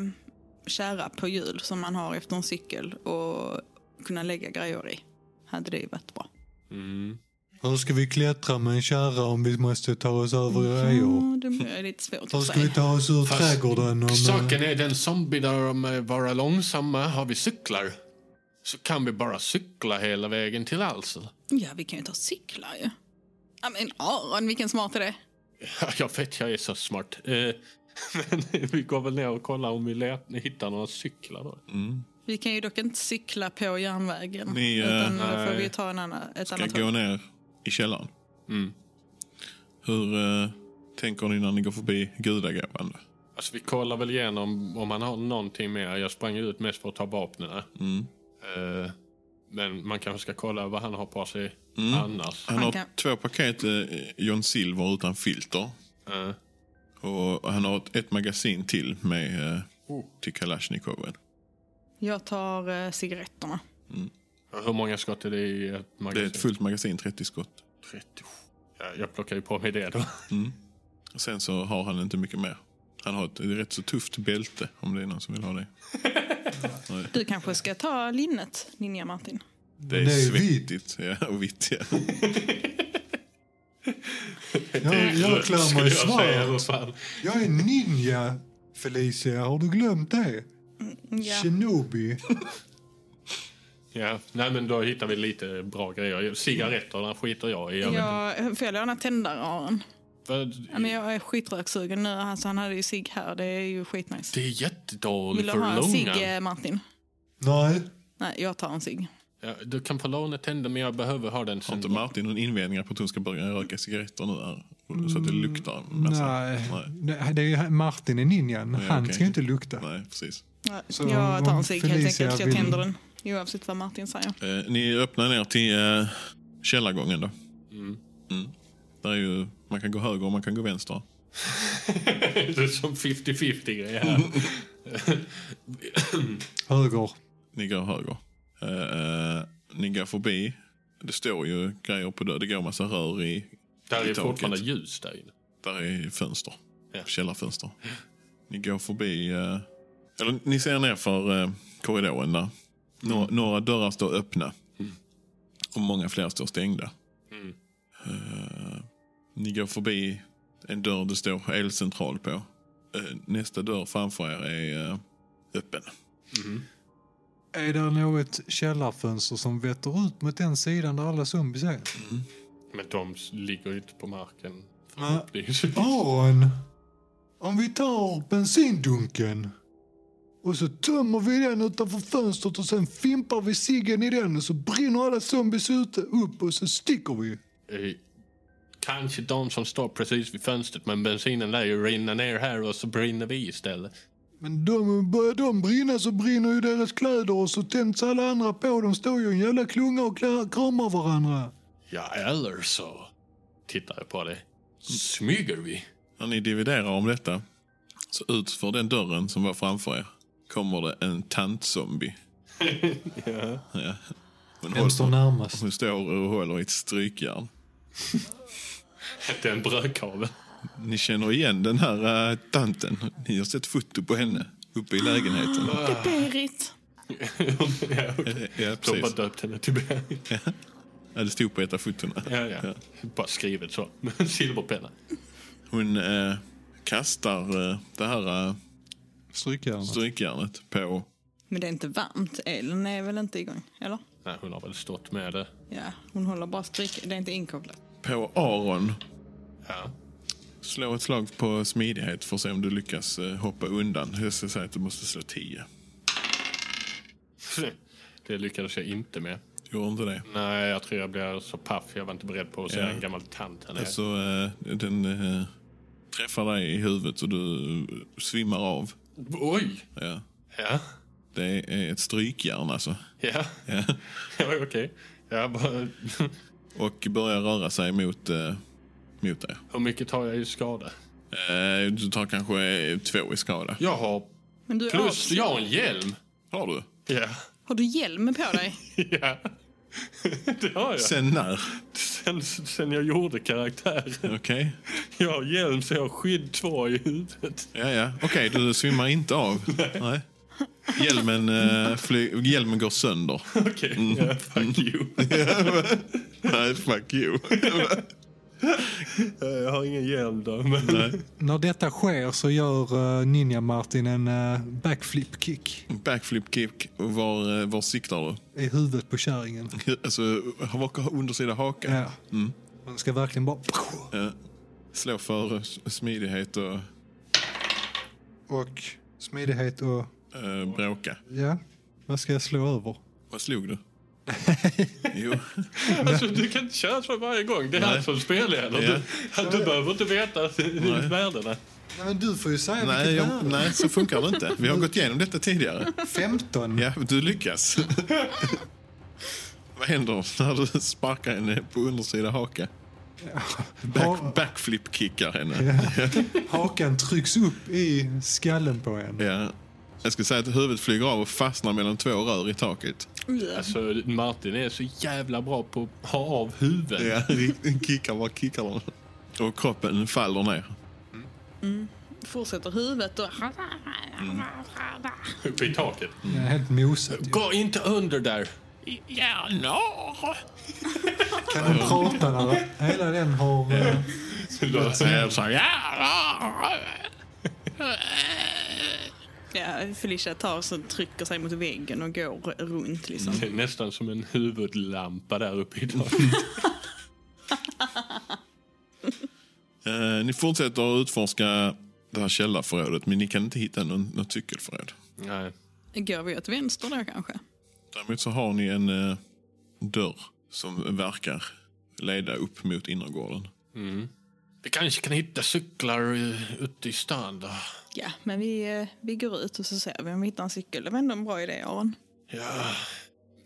S4: kärra på hjul som man har efter en cykel och kunna lägga grejer i, hade det ju varit bra.
S3: Mm.
S2: Hur ska vi klättra med en kärra om vi måste ta oss över grejer?
S4: Ja, det blir lite svårt
S2: Hur
S4: att
S2: ska vi
S4: säga.
S2: ta oss ur
S3: Fast
S2: trädgården? Om, eh,
S3: Saken är den zombie där de eh, vara långsamma. Har vi cyklar så kan vi bara cykla hela vägen till Alsel.
S4: Ja, vi kan ju ta cyklar ju. Ja, men Aron, vilken smart idé.
S3: Ja, Jag vet, jag är så smart. Eh, Men vi går väl ner och kollar om vi let- hittar några cyklar då.
S4: Vi kan ju dock inte cykla på järnvägen.
S1: Ni, eh,
S4: utan då får
S3: nej.
S4: vi ju ta en annan, ett
S1: Ska
S4: annat
S1: gå
S4: håll.
S1: ner i källaren. Hur eh, tänker ni när ni går förbi gudagåvan?
S3: Alltså, vi kollar väl igenom om han har någonting mer. Jag sprang ut mest för att ta vapnen.
S1: Mm.
S3: Eh, Men man kanske ska kolla vad han har på sig
S1: Mm.
S3: annars.
S1: Han
S4: Han
S1: har
S4: kan-
S1: två paket eh, John Silver utan filter.
S3: Eh,
S1: Och han har ett, ett magasin till med eh, till Kalashnikoven.
S4: Jag tar eh, cigaretterna.
S3: Hur många skott är det i ett
S1: Det är
S3: magasin?
S1: ett fullt magasin, 30 skott.
S3: 30. Ja, jag plockar ju på mig det då.
S1: Och sen så har han inte mycket mer. Han har ett rätt så tufft bälte om det är någon som vill ha det.
S4: Du kanske ska ta linnet, Ninja Martin.
S1: Det är,
S2: Det är vitt.
S1: svettigt ja, och vitt. Ja.
S2: Jag, jag klär mig svart.
S3: svart.
S2: Jag är ninja, Felicia. Har du glömt det?
S4: Ja.
S2: Shinobi.
S3: Ja, nej men då hittar vi lite bra grejer. Cigaretterna skiter jag i. Jag vet inte.
S4: Jag, får jag låna tändare, Aron?
S3: Vad-
S4: Ja, men jag är skitröksugen nu. Alltså, han hade ju cigg här. Det är ju skitnice.
S3: Det är jättedåligt
S4: Vill du
S3: för
S4: ha en cigg,
S3: lungan.
S4: eh, Martin?
S2: Nej.
S4: Nej, jag tar en cigg.
S3: Ja, du kan få låna tänder men jag behöver ha den
S1: Har inte
S3: sen.
S1: Martin någon invändning på att hon ska börja röka cigaretter nu här? Så att det luktar en
S3: Alltså,
S1: massa?
S2: Nej. Nej, Det är ju Martin är ninjan. Han
S1: okej.
S2: ska ju inte lukta.
S1: Nej, precis.
S4: Nej,
S2: Så
S4: jag tar
S2: om
S4: en cigg helt
S2: Felicia
S4: enkelt. Jag
S2: vill-
S4: tänder den. Oavsett vad Martin säger.
S1: Eh, ni öppnar ner till eh, källargången då. Mm. Där är ju, man kan gå höger och man kan gå vänster.
S3: det är som 50-50 grejer här.
S2: Höger.
S1: Ni går höger. Eh, eh, ni går förbi. Det står ju grejer på dörren. Det går massa rör i,
S3: Där
S1: i
S3: är
S1: taket.
S3: fortfarande ljus där inne.
S1: Där är fönster.
S3: Ja.
S1: Källarfönster. Ni går förbi... Eh, eller ni ser ner för eh, korridoren där. Några, några dörrar står öppna. Och många fler står stängda. Eh, ni går förbi en dörr det står elcentral på. Eh, nästa dörr framför er är eh, öppen.
S2: Är det något källarfönster som vetter ut mot den sidan där alla zombies är?
S3: Men de s- ligger ju inte på marken.
S2: Nej.
S3: förhoppningsvis.
S1: Ah.
S2: Aron, om vi tar bensindunken och så tömmer vi den utanför fönstret och sen fimpar vi ciggen i den och så brinner alla zombies ute upp och så sticker vi.
S3: Eh, Kanske de som står precis vid fönstret men bensinen lär ju rinna ner här och så brinner vi istället.
S2: Men de, börjar de brinna så brinner ju deras kläder och så tänds alla andra på. De står ju i en jävla klunga och kla- kramar varandra.
S3: Ja, eller så tittar jag på det. Smyger vi?
S1: När ni dividerar om detta, så ut för den dörren som var framför er kommer det en tantzombie. ja. Hon, håller,
S2: närmast?
S1: hon står och håller i ett strykjärn.
S3: Det är en brödkavel.
S1: Ni känner igen den här eh, tanten. Ni har sett foto på henne uppe i lägenheten.
S3: Ah.
S4: Det är Berit.
S3: ja, okay.
S1: ja,
S3: De bara
S1: precis.
S3: döpt henne till Berit.
S1: Ja, det stod på ett av fotona.
S3: ja, ja. Bara skrivet så. Med en silverpenna.
S1: Hon eh, kastar eh, det här eh,
S2: Strykjärnet.
S1: strykjärnet på...
S4: Men det är inte varmt. Elen är väl inte igång? Eller?
S3: Nej, hon har väl stått med det.
S4: Ja, hon håller bara stryk. Det är inte inkopplat.
S1: På Aron.
S3: Ja.
S1: Slå ett slag på smidighet för att se om du lyckas eh, hoppa undan. Jag ska säga att du måste slå 10.
S3: Det lyckades jag inte med.
S1: Gjorde inte det?
S3: Nej, jag tror jag blev så paff. Jag var inte beredd på att se
S1: Ja.
S3: en gammal tant här nere.
S1: Alltså, eh, den eh, träffar dig i huvudet och du eh, svimmar av.
S3: Oj!
S1: Ja.
S3: Ja.
S1: Det är ett strykjärn alltså.
S3: Ja.
S1: Ja.
S3: Ja, Okej. Jag bara...
S1: Och börjar röra sig mot, eh, mot dig.
S3: Hur mycket tar jag i skada?
S1: Eh, du tar kanske eh, två i skada.
S3: Jag har...
S4: Men du är
S3: Plus,
S4: avs-
S3: jag har en hjälm!
S1: Har du?
S3: Ja.
S4: Har du hjälm på dig?
S3: Ja. Det har jag.
S1: Sen när?
S3: Sen, sen jag gjorde karaktären.
S1: Okej.
S3: Jag har hjälm så jag har skydd två i huvudet.
S1: Ja, ja. Okej, du svimmar inte av. Nej.
S3: Mm.
S1: Hjälmen, eh, fly- hjälmen går sönder.
S3: Okej, ja, fuck you.
S1: Nej, fuck you.
S3: Eh, Jag har ingen hjälm där, men...
S1: Nej.
S2: När detta sker så gör eh, Ninja Martin en eh, backflip kick
S1: Backflip kick, var, eh, var siktar du?
S2: i huvudet på kärringen.
S1: Alltså, haka- undersida haka.
S2: Ja. Man ska verkligen bara...
S1: Eh, Slå för smidighet och
S2: Och smidighet och...
S1: eh, bråka.
S2: Ja, vad ska jag slå över?
S1: Vad slog du? jo.
S3: Alltså, du kan inte köra så varje gång. Det är han som spelledare.
S1: Ja.
S3: Du, du behöver inte veta värdena.
S2: Nej, men du får ju säga
S1: Nej, jag, nej, så funkar det inte. Vi har gått igenom detta tidigare.
S2: 15?
S1: Ja, du lyckas. Vad händer när du sparkar henne på undersida haka? Back, backflip-kickar henne.
S2: Hakan trycks upp i skallen på en.
S1: Ja. Jag skulle säga att huvudet flyger av och fastnar mellan två rör i taket.
S3: Alltså, Martin är så jävla bra på att ha av huvudet.
S1: Ja, kickar bara kickar den. Och kroppen faller ner.
S4: Fortsätter huvudet och...
S3: Uppe i taket.
S2: Ja, helt mosigt. ju.
S3: Gå inte under där! Ja, no.
S2: Kan hon prata när hela den har... eh,
S1: Ja, så här, ja.
S4: Ja, Felicia tar så trycker sig mot väggen och går runt liksom.
S3: Det är nästan som en huvudlampa där uppe i taket.
S1: Eh, ni fortsätter att utforska det här källarförrådet men ni kan inte hitta någon, något cykelförråd.
S3: Nej.
S4: Går vi åt vänster då kanske?
S1: Däremot så har ni en eh, dörr som verkar leda upp mot innergården.
S3: Vi kanske kan hitta cyklar eh, ute i stan då.
S4: Ja, men vi, eh, vi går ut och så ser vi om vi hittar en cykel. Det var ändå en bra idé, Aron.
S3: Ja.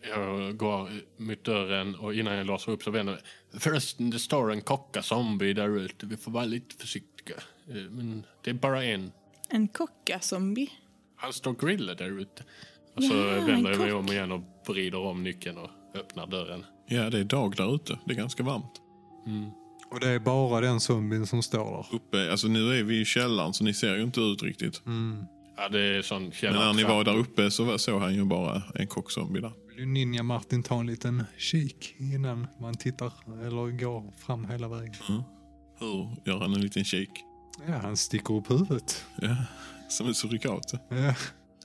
S3: Jag går mot dörren och innan jag låser upp så vänder jag mig. Förresten, det står en kockazombie där ute. Vi får vara lite försiktiga. Eh, Men det är bara en.
S4: En kockazombie.
S3: Han står och grillar där ute. Och så
S4: Ja,
S3: vänder
S4: en
S3: jag mig
S4: kock.
S3: om igen och vrider om nyckeln och öppnar dörren.
S1: Ja, det är dag där ute. Det är ganska varmt.
S2: Och det är bara den zombien som står där.
S1: Uppe, alltså nu är vi i källaren så ni ser ju inte ut riktigt.
S3: Ja, det är sån
S1: Men när ni
S3: källartrapp.
S1: var där uppe så var- såg han ju bara en kockzombie där.
S2: Vill ju Ninja Martin ta en liten kik innan man tittar eller går fram hela vägen?
S1: Hur gör han en liten kik?
S2: Ja, han sticker upp huvudet.
S1: Ja, som en surikat.
S2: Ja,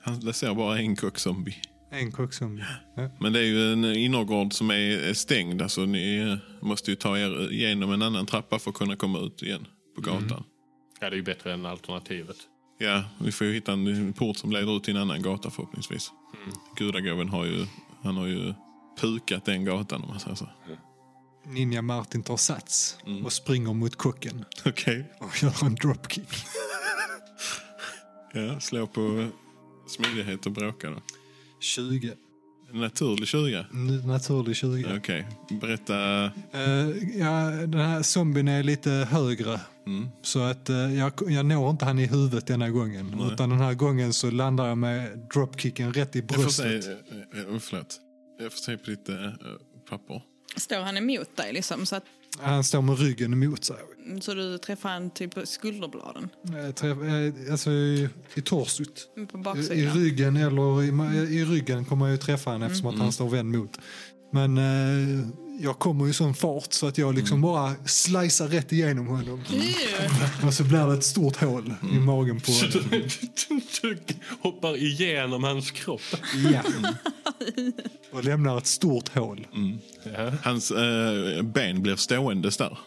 S1: Han ser bara en kockzombie.
S2: en kockzombie. Ja.
S1: Men det är ju en innergård som är är stängd. Alltså ni eh, måste ju ta er igenom en annan trappa för att kunna komma ut igen på gatan.
S3: Ja, det är ju bättre än alternativet.
S1: Ja, vi får ju hitta en port som leder ut till en annan gata förhoppningsvis. Gudagåven har ju, han har ju pukat den gatan om man säger så.
S2: Ninja Martin tar sats
S1: Mm.
S2: och springer mot kocken
S1: Okej.
S2: och gör en dropkick.
S1: Ja, slå på smidighet och bråka då.
S2: 20.
S1: En Naturlig 20.
S2: N- Naturlig 20.
S1: Okej, berätta.
S2: Eh, ja, den här zombien är lite högre.
S1: Mm.
S2: Så att eh, jag, jag når inte han i huvudet denna gången. Utan den här gången så landar jag med dropkicken rätt i
S1: Jag får se,
S2: bröstet.
S1: eh, eh, förlåt. Jag får se på ditt eh, papper.
S4: Står han emot dig liksom så, att,
S2: Han står med ryggen emot sig.
S4: så du träffar han typ på skulderbladen?
S2: Eh, träff, eh, alltså i, i torsut.
S4: På
S2: I, I
S4: baksidan?
S2: ryggen eller i, ma- i ryggen kommer jag ju träffa honom eftersom att han står vänd mot. Men eh, jag kommer ju i sån fart så att jag liksom bara slicear rätt igenom honom.
S4: Ew.
S2: Och så blir det ett stort hål i magen på
S3: Så
S2: honom.
S3: du, du, du hoppar igenom hans kropp.
S2: Ja. Och lämnar ett stort hål.
S1: Hans eh, ben blir ståendes där.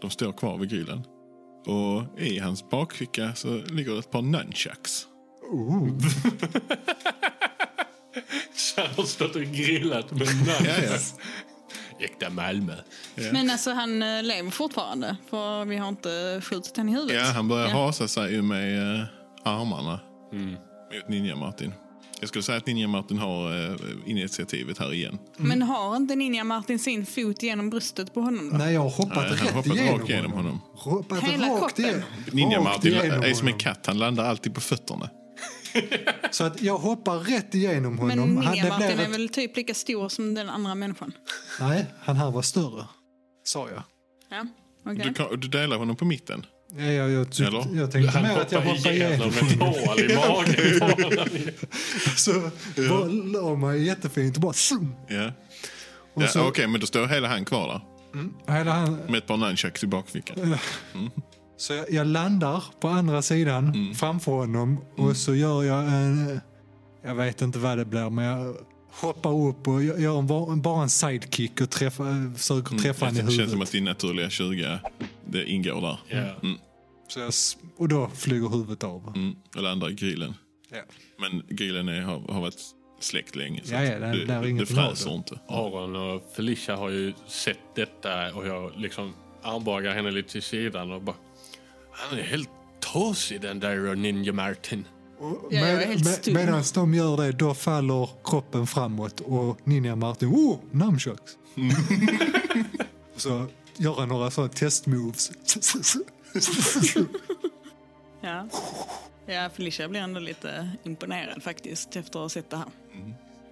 S1: De står kvar vid grillen. Och i hans bakficka så ligger ett par nunchucks.
S3: Så han har stått och grillat med namn.
S1: Ja, ja.
S3: Äkta Malmö.
S4: Men alltså han eh, lever fortfarande för vi har inte skjutit han i huvudet.
S1: Ja, han börjar
S4: Ja.
S1: hasa sig ju med eh, armarna
S2: Mm.
S1: mot Ninja-Martin. Jag skulle säga att Ninja-Martin har eh, initiativet här igen.
S4: Men har inte Ninja Martin sin fot genom bröstet på honom då?
S2: Nej, jag har hoppat
S1: Nej, han
S2: rätt
S1: har hoppat
S2: igenom,
S1: rakt igenom honom.
S2: Hoppat
S4: Hela
S2: rakt
S4: kroppen.
S2: igenom. Rakt
S1: Ninja-Martin
S2: igenom
S1: är som en
S2: honom.
S1: katt, han landar alltid på fötterna.
S2: Så att jag hoppar rätt igenom
S4: Men
S2: honom. Han-
S4: Ninja
S2: det
S4: Martin
S2: blir
S4: är
S2: ett-
S4: väl typ lika stor som den andra människan?
S2: Nej, han här var större. Sa jag.
S4: Ja, okej.
S1: Du, kan, du delar honom på mitten.
S2: Ja, jag, jag, tyckte,
S1: Eller?
S2: jag tänkte
S3: Han
S2: mer att jag
S3: hoppar
S2: hoppade
S3: igenom
S2: igenom.
S3: ett hål i magen. på honom.
S2: Så bara la mig jättefint och bara zoom.
S1: Ja.
S2: Och Och
S1: Ja,
S2: så,
S1: Okej, men då står hela han kvar där.
S2: hela han,
S1: Med ett par nunchucks i bakfickan.
S2: så jag, jag landar på andra sidan
S1: Mm.
S2: framför honom och så gör jag en... eh, Jag vet inte vad det blir, men jag hoppar upp och jag gör en, va- bara en sidekick och träffar, eh, försöker träffa
S1: Mm. Det
S2: honom
S1: känns
S2: i
S1: som
S2: huvudet.
S1: att din naturliga 20, det ingår där.
S3: Ja.
S2: Så jag, s- och då flyger huvudet av.
S1: Mm. Och landar i grillen.
S2: Ja.
S1: Men grillen är, har, har varit släckt länge. Så
S2: Ja, ja,
S1: att
S2: där-
S1: det,
S2: där är
S1: det, det
S2: ingenting av
S1: fräser
S2: det.
S1: inte.
S3: Aron och Felicia har ju sett detta och jag liksom armbågar henne lite till sidan och bara... Han är helt tosig den där Ninja Martin.
S4: Ja, jag är helt stum.
S2: Medan de gör det, då faller kroppen framåt och Ninja Martin, oh, namnköks.
S1: Mm.
S2: så gör han några sådana testmoves.
S4: Ja. ja, Felicia blir ändå lite imponerad faktiskt efter att ha sett det här.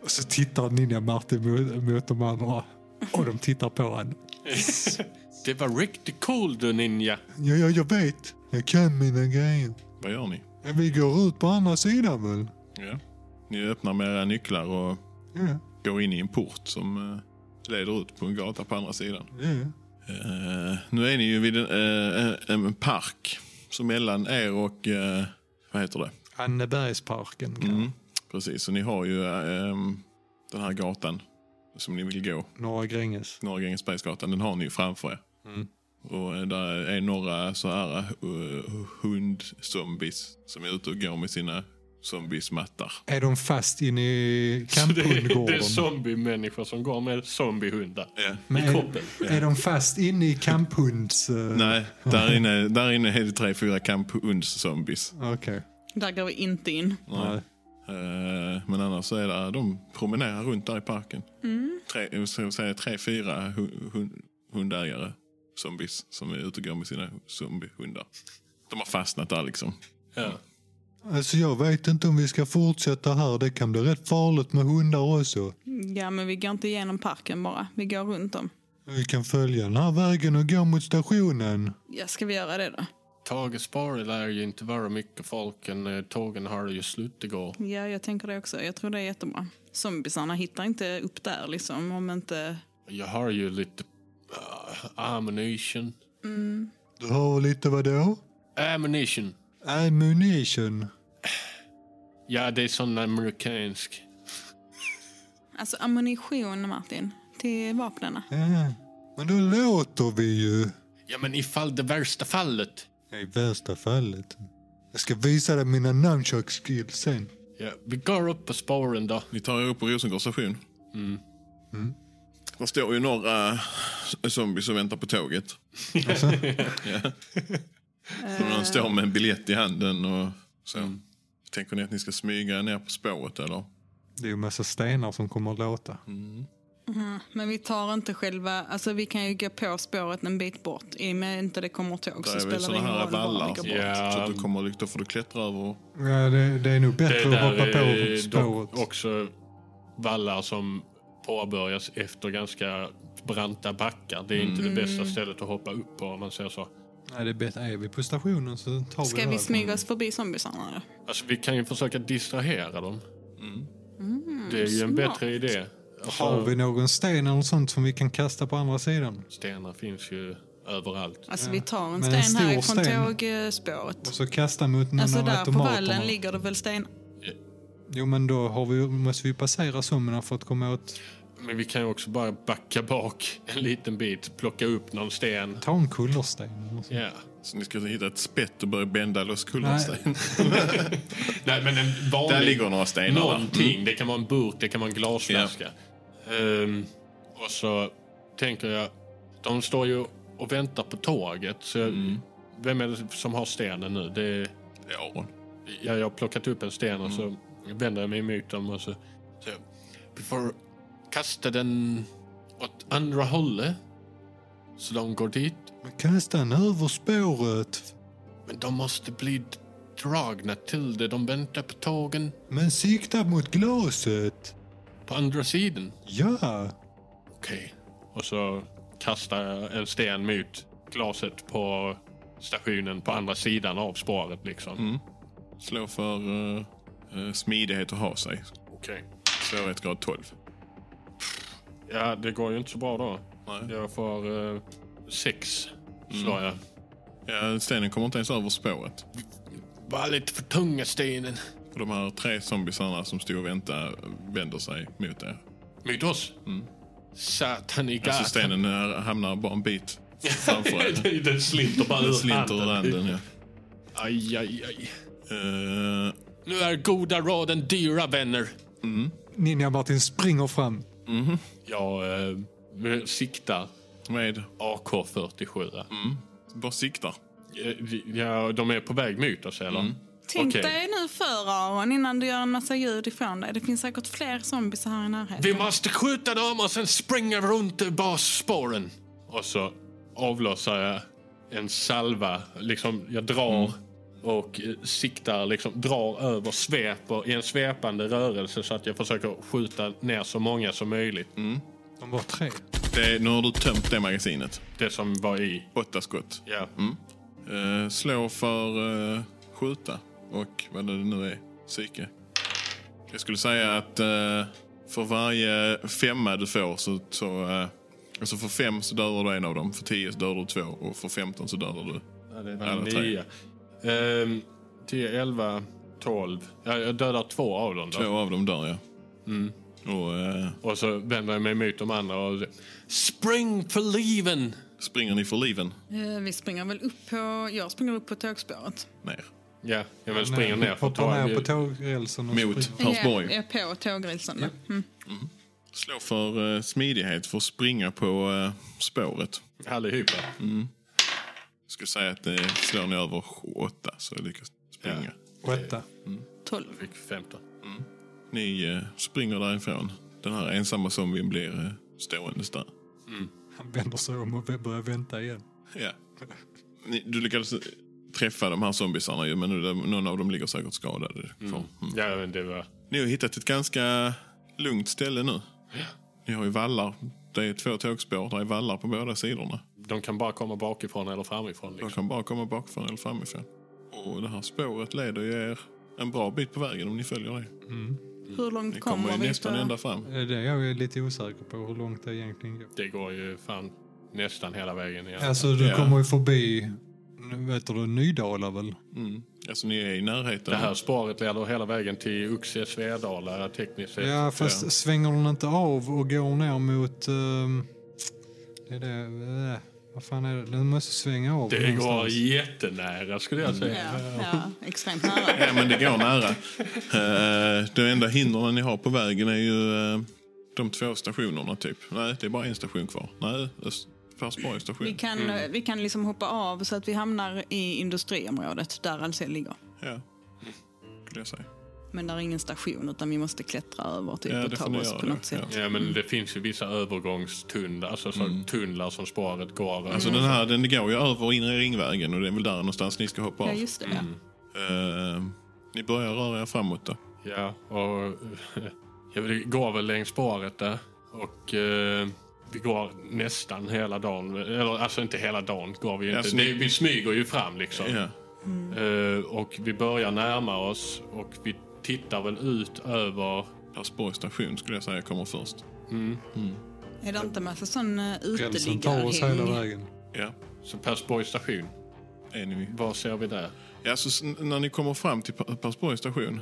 S2: och så tittar Ninja Martin mot, mot de andra och de tittar på honom.
S3: Det var riktigt cool du ninja.
S2: Ja, ja, jag vet. Jag kan mina grejer.
S1: Vad gör ni?
S2: Men vi går ut på andra sidan väl?
S1: Ja. Ni öppnar med era nycklar och
S2: Ja,
S1: går in i en port som eh, leder ut på en gata på andra sidan.
S2: ja.
S1: Eh, nu är ni ju vid en, eh, en, en park som mellan er och... eh, vad heter det?
S2: Annebergsparken. kanske.
S1: Mm. Precis, så ni har ju eh, ehm, den här gatan som ni vill gå.
S2: Norra Gränges.
S1: Norra Grängesbergsgatan, den har ni ju framför er. Och eh, där är några så här eh, hundzombies som är ute och går med sina zombiesmattar.
S2: Är de fast inne i
S3: Så det, är- det är
S2: kamphundgården?
S3: zombie-människor som går med zombiehundar i
S2: är-
S3: kroppen.
S2: Är de fast inne i kamphunds... eh,
S1: Nej, där inne, där inne är det tre, fyra kamphundszombies.
S2: Okej.
S4: Där går vi inte in.
S2: Nej.
S1: Eh, Men annars så är det, de promenerar runt där i parken. Tre, jag skulle säga, tre, fyra hu- hun- hundägare, zombies, som är ute och går med sina zombiehundar. De har fastnat där liksom.
S3: Ja.
S2: Alltså jag vet inte om vi ska fortsätta här. Det kan bli rätt farligt med hundar också.
S4: Ja, men vi går inte igenom parken bara. Vi går runt om.
S2: Vi kan följa den här vägen och gå mot stationen.
S4: Ja, ska vi göra det då?
S3: Tages bar lär ju inte vara mycket folk. än, eh, Tågen har ju slut igår.
S4: Ja, jag tänker det också. Jag tror det är jättebra. Zombisarna hittar inte upp där liksom om inte...
S3: Jag har ju lite ah, ammunition.
S2: Du har lite vadå?
S3: Ammunition.
S2: Ammunition.
S3: Ja, det är sån amerikansk.
S4: Alltså ammunition, Martin, till vapnena.
S2: Ja. Men då låter vi ju.
S3: Ja, men ifall det värsta fallet.
S2: I värsta fallet. Jag ska visa dig mina namnköksskills sen.
S3: Ja, vi går upp på spåren då.
S1: Ni tar er upp på Rosengårds station. Där står ju några eh, zombies och väntar på tåget.
S2: Alltså,
S1: ja. Så de står med en biljett i handen och så. Tänker ni att ni ska smyga ner på spåret eller?
S2: Det är ju massa stenar som kommer att låta.
S4: Men vi tar inte själva... Alltså vi kan ju gå på spåret en bit bort. I och med inte det kommer tåg
S1: Det
S4: så
S1: är väl
S4: spelar det
S1: sådana
S4: ingen
S1: här
S4: roll var
S1: vallar
S4: vi
S1: bort.
S4: går bort.
S3: Ja.
S1: Så att du kommer, då får du klättra över.
S2: Ja, det, det är nog
S3: Det
S2: bättre att hoppa
S3: är
S2: på spåret.
S3: dock också vallar som påbörjas efter ganska branta backar. Det är inte det bästa
S1: Mm.
S3: stället att hoppa upp på om man säger så.
S2: Nej, det är bättre. Är vi på stationen så tar vi
S4: Ska vi
S2: vägen.
S4: smyga oss förbi zombisarna då?
S3: Alltså, vi kan ju försöka distrahera dem. Mm. det är ju en
S4: smart.
S3: bättre idé. Alltså,
S2: Har vi någon sten eller något sånt som vi kan kasta på andra sidan?
S3: Stenar finns ju överallt.
S4: Alltså vi tar en
S2: Men en
S4: sten
S2: stor
S4: härifrån
S2: sten.
S4: tågspåret.
S2: Och så kasta mot någon
S4: Alltså
S2: av
S4: där på
S2: automaterna.
S4: vallen ligger det väl sten?
S2: Jo, men då har vi, måste vi passera summorna för att komma åt...
S3: Men vi kan ju också bara backa bak en liten bit, plocka upp någon sten.
S2: Ta en kullersten. eller något sånt.
S3: Ja.
S1: Så ni ska hitta ett spett och börja bända loss kullersten.
S3: Nej, men en vanlig...
S1: Där ligger några stenar. va?
S3: Någonting. Det kan vara en burk, det kan vara en glasflaska. Ehm, och så tänker jag... De står ju och väntar på tåget. Så jag, Vem är det som har stenen nu? Det är,
S1: Ja.
S3: jag, jag har plockat upp en sten och så vänder jag mig emot dem och så... så jag, vi får kasta den åt andra hållet. Så de går dit.
S2: Men kasta den över spåret.
S3: Men de måste bli dragna till det. De väntar på tågen
S2: Men sikta mot glaset.
S3: på andra sidan.
S2: Ja.
S3: Okej. Och så kastar jag en sten mot glaset på stationen på andra sidan av spåret. Liksom.
S1: Slå för eh, eh, smidighet och ha sig.
S3: Okej.
S1: Svårighetsgrad 12.
S3: Ja, det går ju inte så bra då.
S1: Nej.
S3: Jag får eh, sex, slår jag.
S1: Ja, stenen kommer inte ens över spået.
S3: Bara lite för tunga stenen.
S1: Och de här tre zombisarna som stod och väntade vänder sig mot er.
S3: Mot oss? Satan i
S1: Alltså
S3: gatan.
S1: stenen här hamnar bara en bit framför er.
S3: Den slinter bara
S1: Den slinter ur handen. Ja.
S3: Aj, aj, aj.
S1: Eh,
S3: Nu är goda råden dyra, vänner.
S2: Ninja Martin springer fram.
S3: Jag eh, siktar
S1: med
S3: AK47.
S1: bara siktar.
S3: Mm. Eh, Ja, de är på väg mot oss, eller?
S4: Tänk
S3: Okej.
S4: dig nu för Aron innan du gör en massa ljud ifrån dig. Det finns säkert fler zombies här i närheten.
S3: Vi måste skjuta dem och sen springa runt basspåren. Och så avlossar jag en salva. Liksom, jag drar och eh, siktar, liksom drar över, sveper i en svepande rörelse så att jag försöker skjuta ner så många som möjligt.
S2: De var tre.
S1: Det, nu har du tömt det magasinet.
S3: Det som var i.
S1: Åtta skott.
S3: Ja.
S1: Eh, slå för eh, skjuta och vad det nu är. Psyke. Jag skulle säga att eh, för varje femma du får så... så eh, alltså för fem så dödar du en av dem, för tio så dödar du två och för femton så dödar du...
S3: Ja, det
S1: Alla
S3: var
S1: tre.
S3: nio. Ehm, 10, 11, 12. Ja, jag dödar två av dem. Då.
S1: Två av dem dör, ja. Och eh,
S3: Och så vänder jag mig mot de andra och säger, Spring för liven!
S1: springer ni för liven
S4: Eh, Vi springer väl upp på... Jag springer upp på tågspåret.
S1: ner.
S3: Ja, jag vill springa ner för att
S2: eh, Hoppar
S3: ta
S2: ner på
S3: en
S2: tågrälsen och
S1: Mot.
S2: springer.
S1: Persborg.
S4: Jag är på tågrälsen. då. Mm.
S1: Slå för eh, smidighet för att springa på eh, spåret.
S3: allihopa.
S1: Jag skulle säga att det slår ni över åtta så lyckas springa.
S3: Ja.
S2: Sjätte.
S4: Tolv.
S3: Fick 15.
S1: Ni eh, springer därifrån. Den här ensamma zombien blir eh, ståendes där.
S2: Han vänder sig om och börjar vänta igen.
S1: Ja. Ni, du lyckades eh, träffa de här zombisarna ju, men nu, någon av dem ligger säkert skadade. kvar. Mm.
S3: Ja, men det var...
S1: Ni har hittat ett ganska lugnt ställe nu. Ni har ju vallar. Det är två tågspår, det är vallar på båda sidorna.
S3: De kan bara komma bakifrån eller framifrån.
S1: De
S3: Liksom.
S1: kan bara komma bakifrån eller framifrån. Och det här spåret leder ju er en bra bit på vägen om ni följer det.
S4: Hur långt
S1: Ni kommer,
S4: kommer,
S1: ju
S4: vi?
S1: nästan
S4: på...
S1: ända fram.
S2: Eh, Det är det jag är lite osäker på, hur långt det egentligen går.
S3: Det går ju fan nästan hela vägen igen.
S2: Alltså, du
S1: Ja.
S2: kommer ju förbi, nu vet du, Nydala väl?
S1: Mm. Alltså ni är i närheten.
S3: Det här spåret leder hela vägen till Uxie, Svedala tekniskt sett.
S2: Ja, fast svänger den inte av och går ner mot... ehm, det är det... eh, vad fan är det? Den måste svänga av
S3: Det går
S2: någonstans.
S3: jättenära skulle jag säga.
S4: Ja, ja, extremt nära.
S1: Ja, men det går nära. Eh, De enda hindren ni har på vägen är ju eh, de två stationerna typ. Nej, det är bara en station kvar. Nej, Öst- Persborgs
S4: Vi
S1: station.
S4: kan, eh, vi kan liksom hoppa av så att vi hamnar i industriområdet där Ahlsell ligger.
S1: Ja, skulle jag säga.
S4: Men där är ingen station utan vi måste klättra över typ,
S1: Ja,
S4: och
S1: det
S4: ta
S1: får ni
S4: oss
S1: göra
S4: på
S1: det,
S4: något sätt.
S3: Ja, men det finns ju vissa övergångstunnlar, alltså så
S2: Mm.
S3: tunnlar som spåret går över.
S1: Alltså den här den går ju över inre ringvägen och det är väl där någonstans ni ska hoppa
S4: Ja,
S1: av.
S4: just det. Ja.
S1: Eh, Ni börjar röra er framåt då.
S3: Ja, och ja, vi går väl längs spåret där. Och eh, vi går nästan hela dagen. Eller alltså inte hela dagen går vi ju inte.
S1: Alltså,
S3: det,
S1: ni-
S3: vi smyger ju fram liksom.
S1: Ja.
S3: Eh, och vi börjar närma oss och vi tittar väl ut över...
S1: Persborgs station skulle jag säga kommer först.
S4: Är det inte massa sån eh,
S2: Rälsen tar oss hela
S4: uteliggarhäng?
S2: vägen.
S1: Ja,
S3: Så Persborgs station,
S1: är ni
S3: vad ser vi där?
S1: Ja, så s- när ni kommer fram till Per- Persborgs station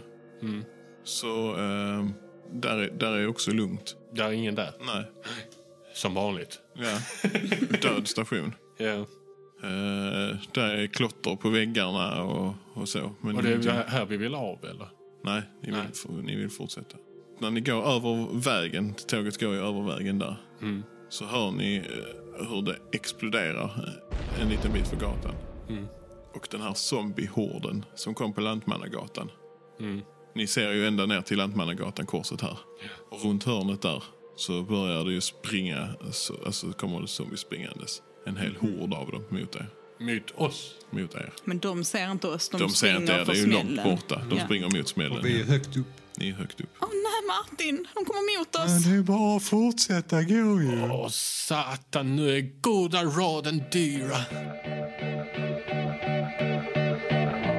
S1: så eh, där, är, där är också lugnt.
S3: Där är ingen där,
S1: Nej,
S3: som vanligt.
S1: ja. död station.
S3: Ja.
S1: Eh, där är klotter på väggarna och, och så. Men
S3: Och det
S1: ingenting-
S3: är här vi vill av eller?
S1: Nej, ni vill,
S3: Nej.
S1: f- ni vill fortsätta. När ni går över vägen, tåget går ju över vägen där,
S3: Mm,
S1: så hör ni eh, hur det exploderar eh, en liten bit för gatan.
S3: mm.
S1: Och den här zombiehorden som kom på Lantmannagatan. Ni ser ju ända ner till Lantmannagatan, korset här. Och runt hörnet där så börjar det ju springa, så, alltså kommer det zombies springandes. En hel hord av dem mot er.
S3: Mot oss?
S1: Mot er.
S4: Men de ser inte oss, de,
S1: De ser
S4: springer
S1: inte er,
S4: för
S1: det är ju
S4: smällen.
S1: långt borta. De
S4: Ja.
S1: springer mot
S2: Och vi är
S1: smällen.
S2: högt upp.
S1: Ni är högt upp.
S4: Åh nej Martin, de kommer mot
S2: Men
S4: oss!
S2: det är bara att fortsätta gå ju.
S3: Åh satan, nu är goda råden dyra. Wow.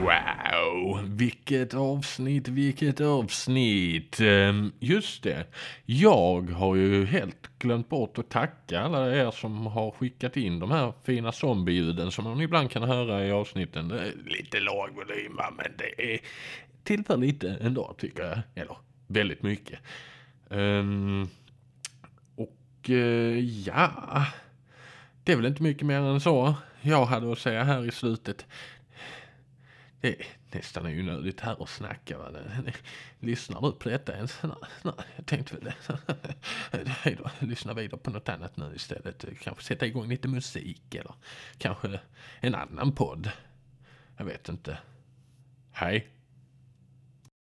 S3: Wow, vilket avsnitt, vilket avsnitt. Ehm, Just det, jag har ju helt glömt bort att tacka alla er som har skickat in de här fina zombieljuden som man ibland kan höra i avsnitten. Det är lite låg volym va, men det är tillför lite ändå tycker jag. Eller väldigt mycket. Ehm, och eh, ja, det är väl inte mycket mer än så jag hade att säga här i slutet. Det är nästan onödigt här att snacka. Va? Lyssnar du på detta ens? Nej, nej jag tänkte väl det. Hej då, lyssna vidare på något annat nu istället. Kanske sätta igång lite musik eller kanske en annan podd. Jag vet inte. Hej!